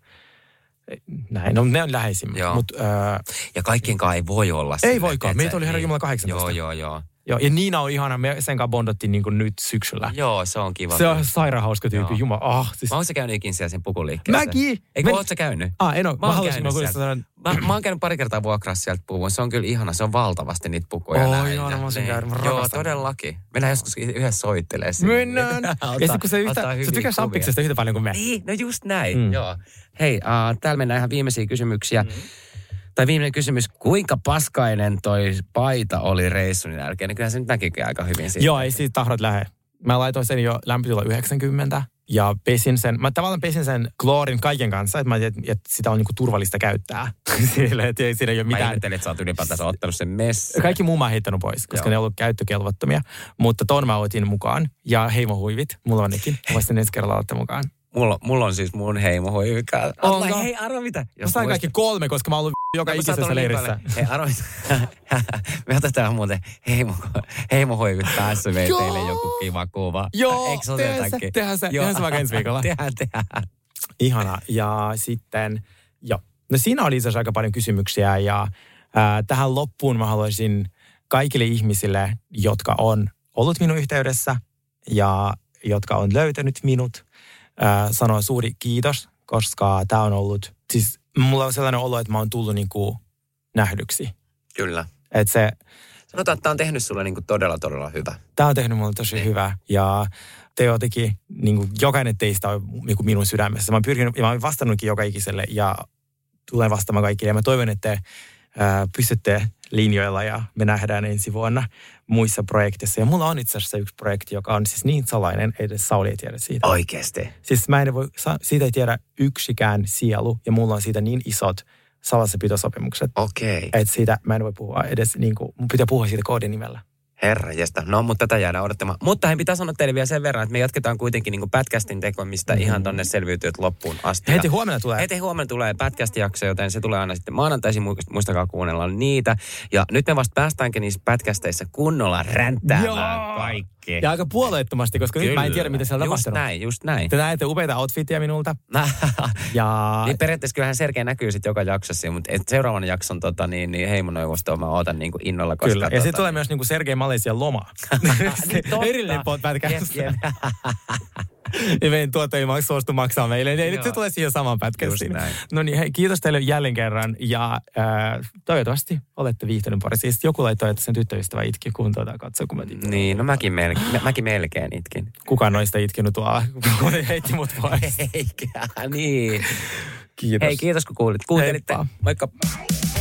[SPEAKER 2] näin. No ne on
[SPEAKER 3] Joo.
[SPEAKER 2] läheisimmät, mutta öö,
[SPEAKER 3] Ja kaikkien kanssa ei voi olla silleen,
[SPEAKER 2] voikaan.
[SPEAKER 3] tiedätkö?
[SPEAKER 2] Meitä oli Herra
[SPEAKER 3] Niin.
[SPEAKER 2] Jumala 18.
[SPEAKER 3] Joo, joo, joo.
[SPEAKER 2] joo, ja Niina on ihana, me sen kanssa bondattiin niin kuin nyt syksyllä.
[SPEAKER 3] Joo, se on kiva.
[SPEAKER 2] se on sairaan hauska tyyppi,
[SPEAKER 3] Joo.
[SPEAKER 2] jumala. Ah, siis,
[SPEAKER 3] Mä oon sä käynyt ikinä siellä sen pukuliikkeessä?
[SPEAKER 2] mäkin!
[SPEAKER 3] Eikö,
[SPEAKER 2] Men-
[SPEAKER 3] oot sä käynyt?
[SPEAKER 2] Ah, en ole.
[SPEAKER 3] Mä
[SPEAKER 2] Mä,
[SPEAKER 3] oon
[SPEAKER 2] haluaisin,
[SPEAKER 3] käynyt
[SPEAKER 2] mä kuulin
[SPEAKER 3] siellä.
[SPEAKER 2] sanon,
[SPEAKER 3] Mä, mä oon käynyt pari kertaa vuokrassa sieltä puhuvun. Se on kyllä ihana. Se on valtavasti niitä pukuja.
[SPEAKER 2] Oi,
[SPEAKER 3] näin.
[SPEAKER 2] ihana, mä oon sen
[SPEAKER 3] Niin.
[SPEAKER 2] käynyt. Mä
[SPEAKER 3] Joo,
[SPEAKER 2] rakastan.
[SPEAKER 3] todellakin. Mennään joskus yhdessä soittelee sinne. *laughs*
[SPEAKER 2] mennään. ja sitten kun se yhtä,
[SPEAKER 3] ottaa
[SPEAKER 2] sä
[SPEAKER 3] hyviä
[SPEAKER 2] tykkää
[SPEAKER 3] kuvia.
[SPEAKER 2] sampiksesta yhtä paljon kuin me.
[SPEAKER 3] Niin, no just näin. Mm.
[SPEAKER 2] Mm.
[SPEAKER 3] Joo. Hei, äh, täällä mennään ihan viimeisiä kysymyksiä. Mm. Tai viimeinen kysymys, kuinka paskainen toi paita oli reissun jälkeen? Niin kyllähän se nyt näkikin aika hyvin siitä.
[SPEAKER 2] Joo, ei siitä tahdot lähde. Mä laitoin sen jo lämpötila 90 ja pesin sen. Mä tavallaan pesin sen kloorin kaiken kanssa, että mä tiedän, että sitä on niinku turvallista käyttää. *laughs* Sille, että ei- siinä ei ole
[SPEAKER 3] Mä
[SPEAKER 2] mitään.
[SPEAKER 3] ihmettelin, että sä oot ylipäätänsä ottanut sen messi.
[SPEAKER 2] Kaikki muu mä oon heittänyt pois, koska
[SPEAKER 3] Joo.
[SPEAKER 2] Joo. ne ei ollut käyttökelvottomia. Mutta ton mä otin mukaan. Ja heimohuivit, mulla on nekin. Mä voisin ensi kerralla ottaa mukaan.
[SPEAKER 3] Mulla, mulla on siis mun heimo hoivikaa.
[SPEAKER 2] Onko?
[SPEAKER 3] Hei, arvo mitä?
[SPEAKER 2] Mä sain kaikki kolme, koska mä oon ollut joka
[SPEAKER 3] No, kun sä oot
[SPEAKER 2] ikisessä
[SPEAKER 3] ollut niin
[SPEAKER 2] leirissä.
[SPEAKER 3] paljon- Hei, arvo *laughs* Me otetaan muuten heimo, heimo hoivit päässä meille
[SPEAKER 2] Joo.
[SPEAKER 3] teille joku kiva kuva.
[SPEAKER 2] Joo,
[SPEAKER 3] Eikö se ole
[SPEAKER 2] tehdään se,
[SPEAKER 3] jotakin?
[SPEAKER 2] tehdään se,
[SPEAKER 3] Joo.
[SPEAKER 2] tehdään se vaikka ensi viikolla.
[SPEAKER 3] *laughs* Tehdään, tehdään.
[SPEAKER 2] Ihana. Ja sitten, joo. No siinä oli itse asiassa aika paljon kysymyksiä ja ää, tähän loppuun mä haluaisin kaikille ihmisille, jotka on ollut minun yhteydessä ja jotka on löytänyt minut, ää, sanoa suuri kiitos, koska tämä on ollut, siis mulla on sellainen olo, että mä oon tullut niinku nähdyksi.
[SPEAKER 3] Kyllä.
[SPEAKER 2] Että se,
[SPEAKER 3] Sanotaan, että tämä on tehnyt sulle niinku todella, todella hyvä.
[SPEAKER 2] tämä on tehnyt mulle tosi hyvää. Ja Teo teki, niin kuin jokainen teistä on niin kuin minun sydämessä. Mä oon pyrkinyt, ja mä oon vastannutkin joka ikiselle ja tulen vastaamaan kaikille. Ja mä toivon, että te ää, pysytte linjoilla ja me nähdään ensi vuonna muissa projekteissa. Ja mulla on itse asiassa yksi projekti, joka on siis niin salainen, että Sauli ei tiedä siitä.
[SPEAKER 3] Oikeasti.
[SPEAKER 2] Siis mä en voi, sa- siitä ei tiedä yksikään sielu ja mulla on siitä niin isot salassapitosopimukset,
[SPEAKER 3] Okei. Okay.
[SPEAKER 2] että siitä mä en voi puhua edes, niin kuin, mun pitää puhua siitä koodinimellä.
[SPEAKER 3] Herra jästä. No, mutta tätä jäädään odottamaan. Mutta hei, pitää sanoa teille vielä sen verran, että me jatketaan kuitenkin niin pätkästin tekemistä ihan tonne selviytyöt loppuun asti.
[SPEAKER 2] Mm. Heti
[SPEAKER 3] Ja-
[SPEAKER 2] huomenna tulee.
[SPEAKER 3] Heti huomenna tulee pätkästijakso, joten se tulee aina sitten maanantaisin. Muist- Muistakaa kuunnella niitä. Ja nyt me vasta päästäänkin niissä pätkästeissä kunnolla ränttäämään
[SPEAKER 2] Joo.
[SPEAKER 3] kaikki.
[SPEAKER 2] Ja aika puolueettomasti, koska Kyllä. nyt mä en
[SPEAKER 3] Kyllä.
[SPEAKER 2] tiedä, mitä siellä on
[SPEAKER 3] Just
[SPEAKER 2] tapahtunut.
[SPEAKER 3] näin, just näin.
[SPEAKER 2] Te näette upeita outfittiä minulta. Ja
[SPEAKER 3] niin periaatteessa kyllähän Sergei näkyy sitten joka jaksossa, mutta et seuraavan jakson tota, niin, niin heimoneuvostoa mä ootan niin kuin innolla. Koska,
[SPEAKER 2] Kyllä. Ja
[SPEAKER 3] tota, Niin,
[SPEAKER 2] sitten tulee myös niinku Sergei Malesian
[SPEAKER 3] *laughs*
[SPEAKER 2] loma. Se
[SPEAKER 3] totta.
[SPEAKER 2] *laughs* Erillinen podcast.
[SPEAKER 3] Jep, jep.
[SPEAKER 2] Ja meidän tuottaja ei mak- suostu maksaa meille. Niin nyt se
[SPEAKER 3] Joo.
[SPEAKER 2] tulee siihen samaan pätkään
[SPEAKER 3] Just
[SPEAKER 2] siinä.
[SPEAKER 3] näin.
[SPEAKER 2] No niin, hei, kiitos teille jälleen kerran. Ja äh, toivottavasti olette viihtynyt pari. Siis joku laittoi, että sen tyttöystävä itki, kun tuota katsoi, kun mä itkin.
[SPEAKER 3] Niin, no mäkin, melkein, mä, mäkin melkein itkin.
[SPEAKER 2] Kukaan noista itkenut tuolla, *laughs* kun ne heitti mut pois.
[SPEAKER 3] *laughs* Eikä, niin.
[SPEAKER 2] Kiitos.
[SPEAKER 3] Hei, kiitos kun kuulit. Kuuntelitte.
[SPEAKER 2] Heippa.
[SPEAKER 3] Moikka.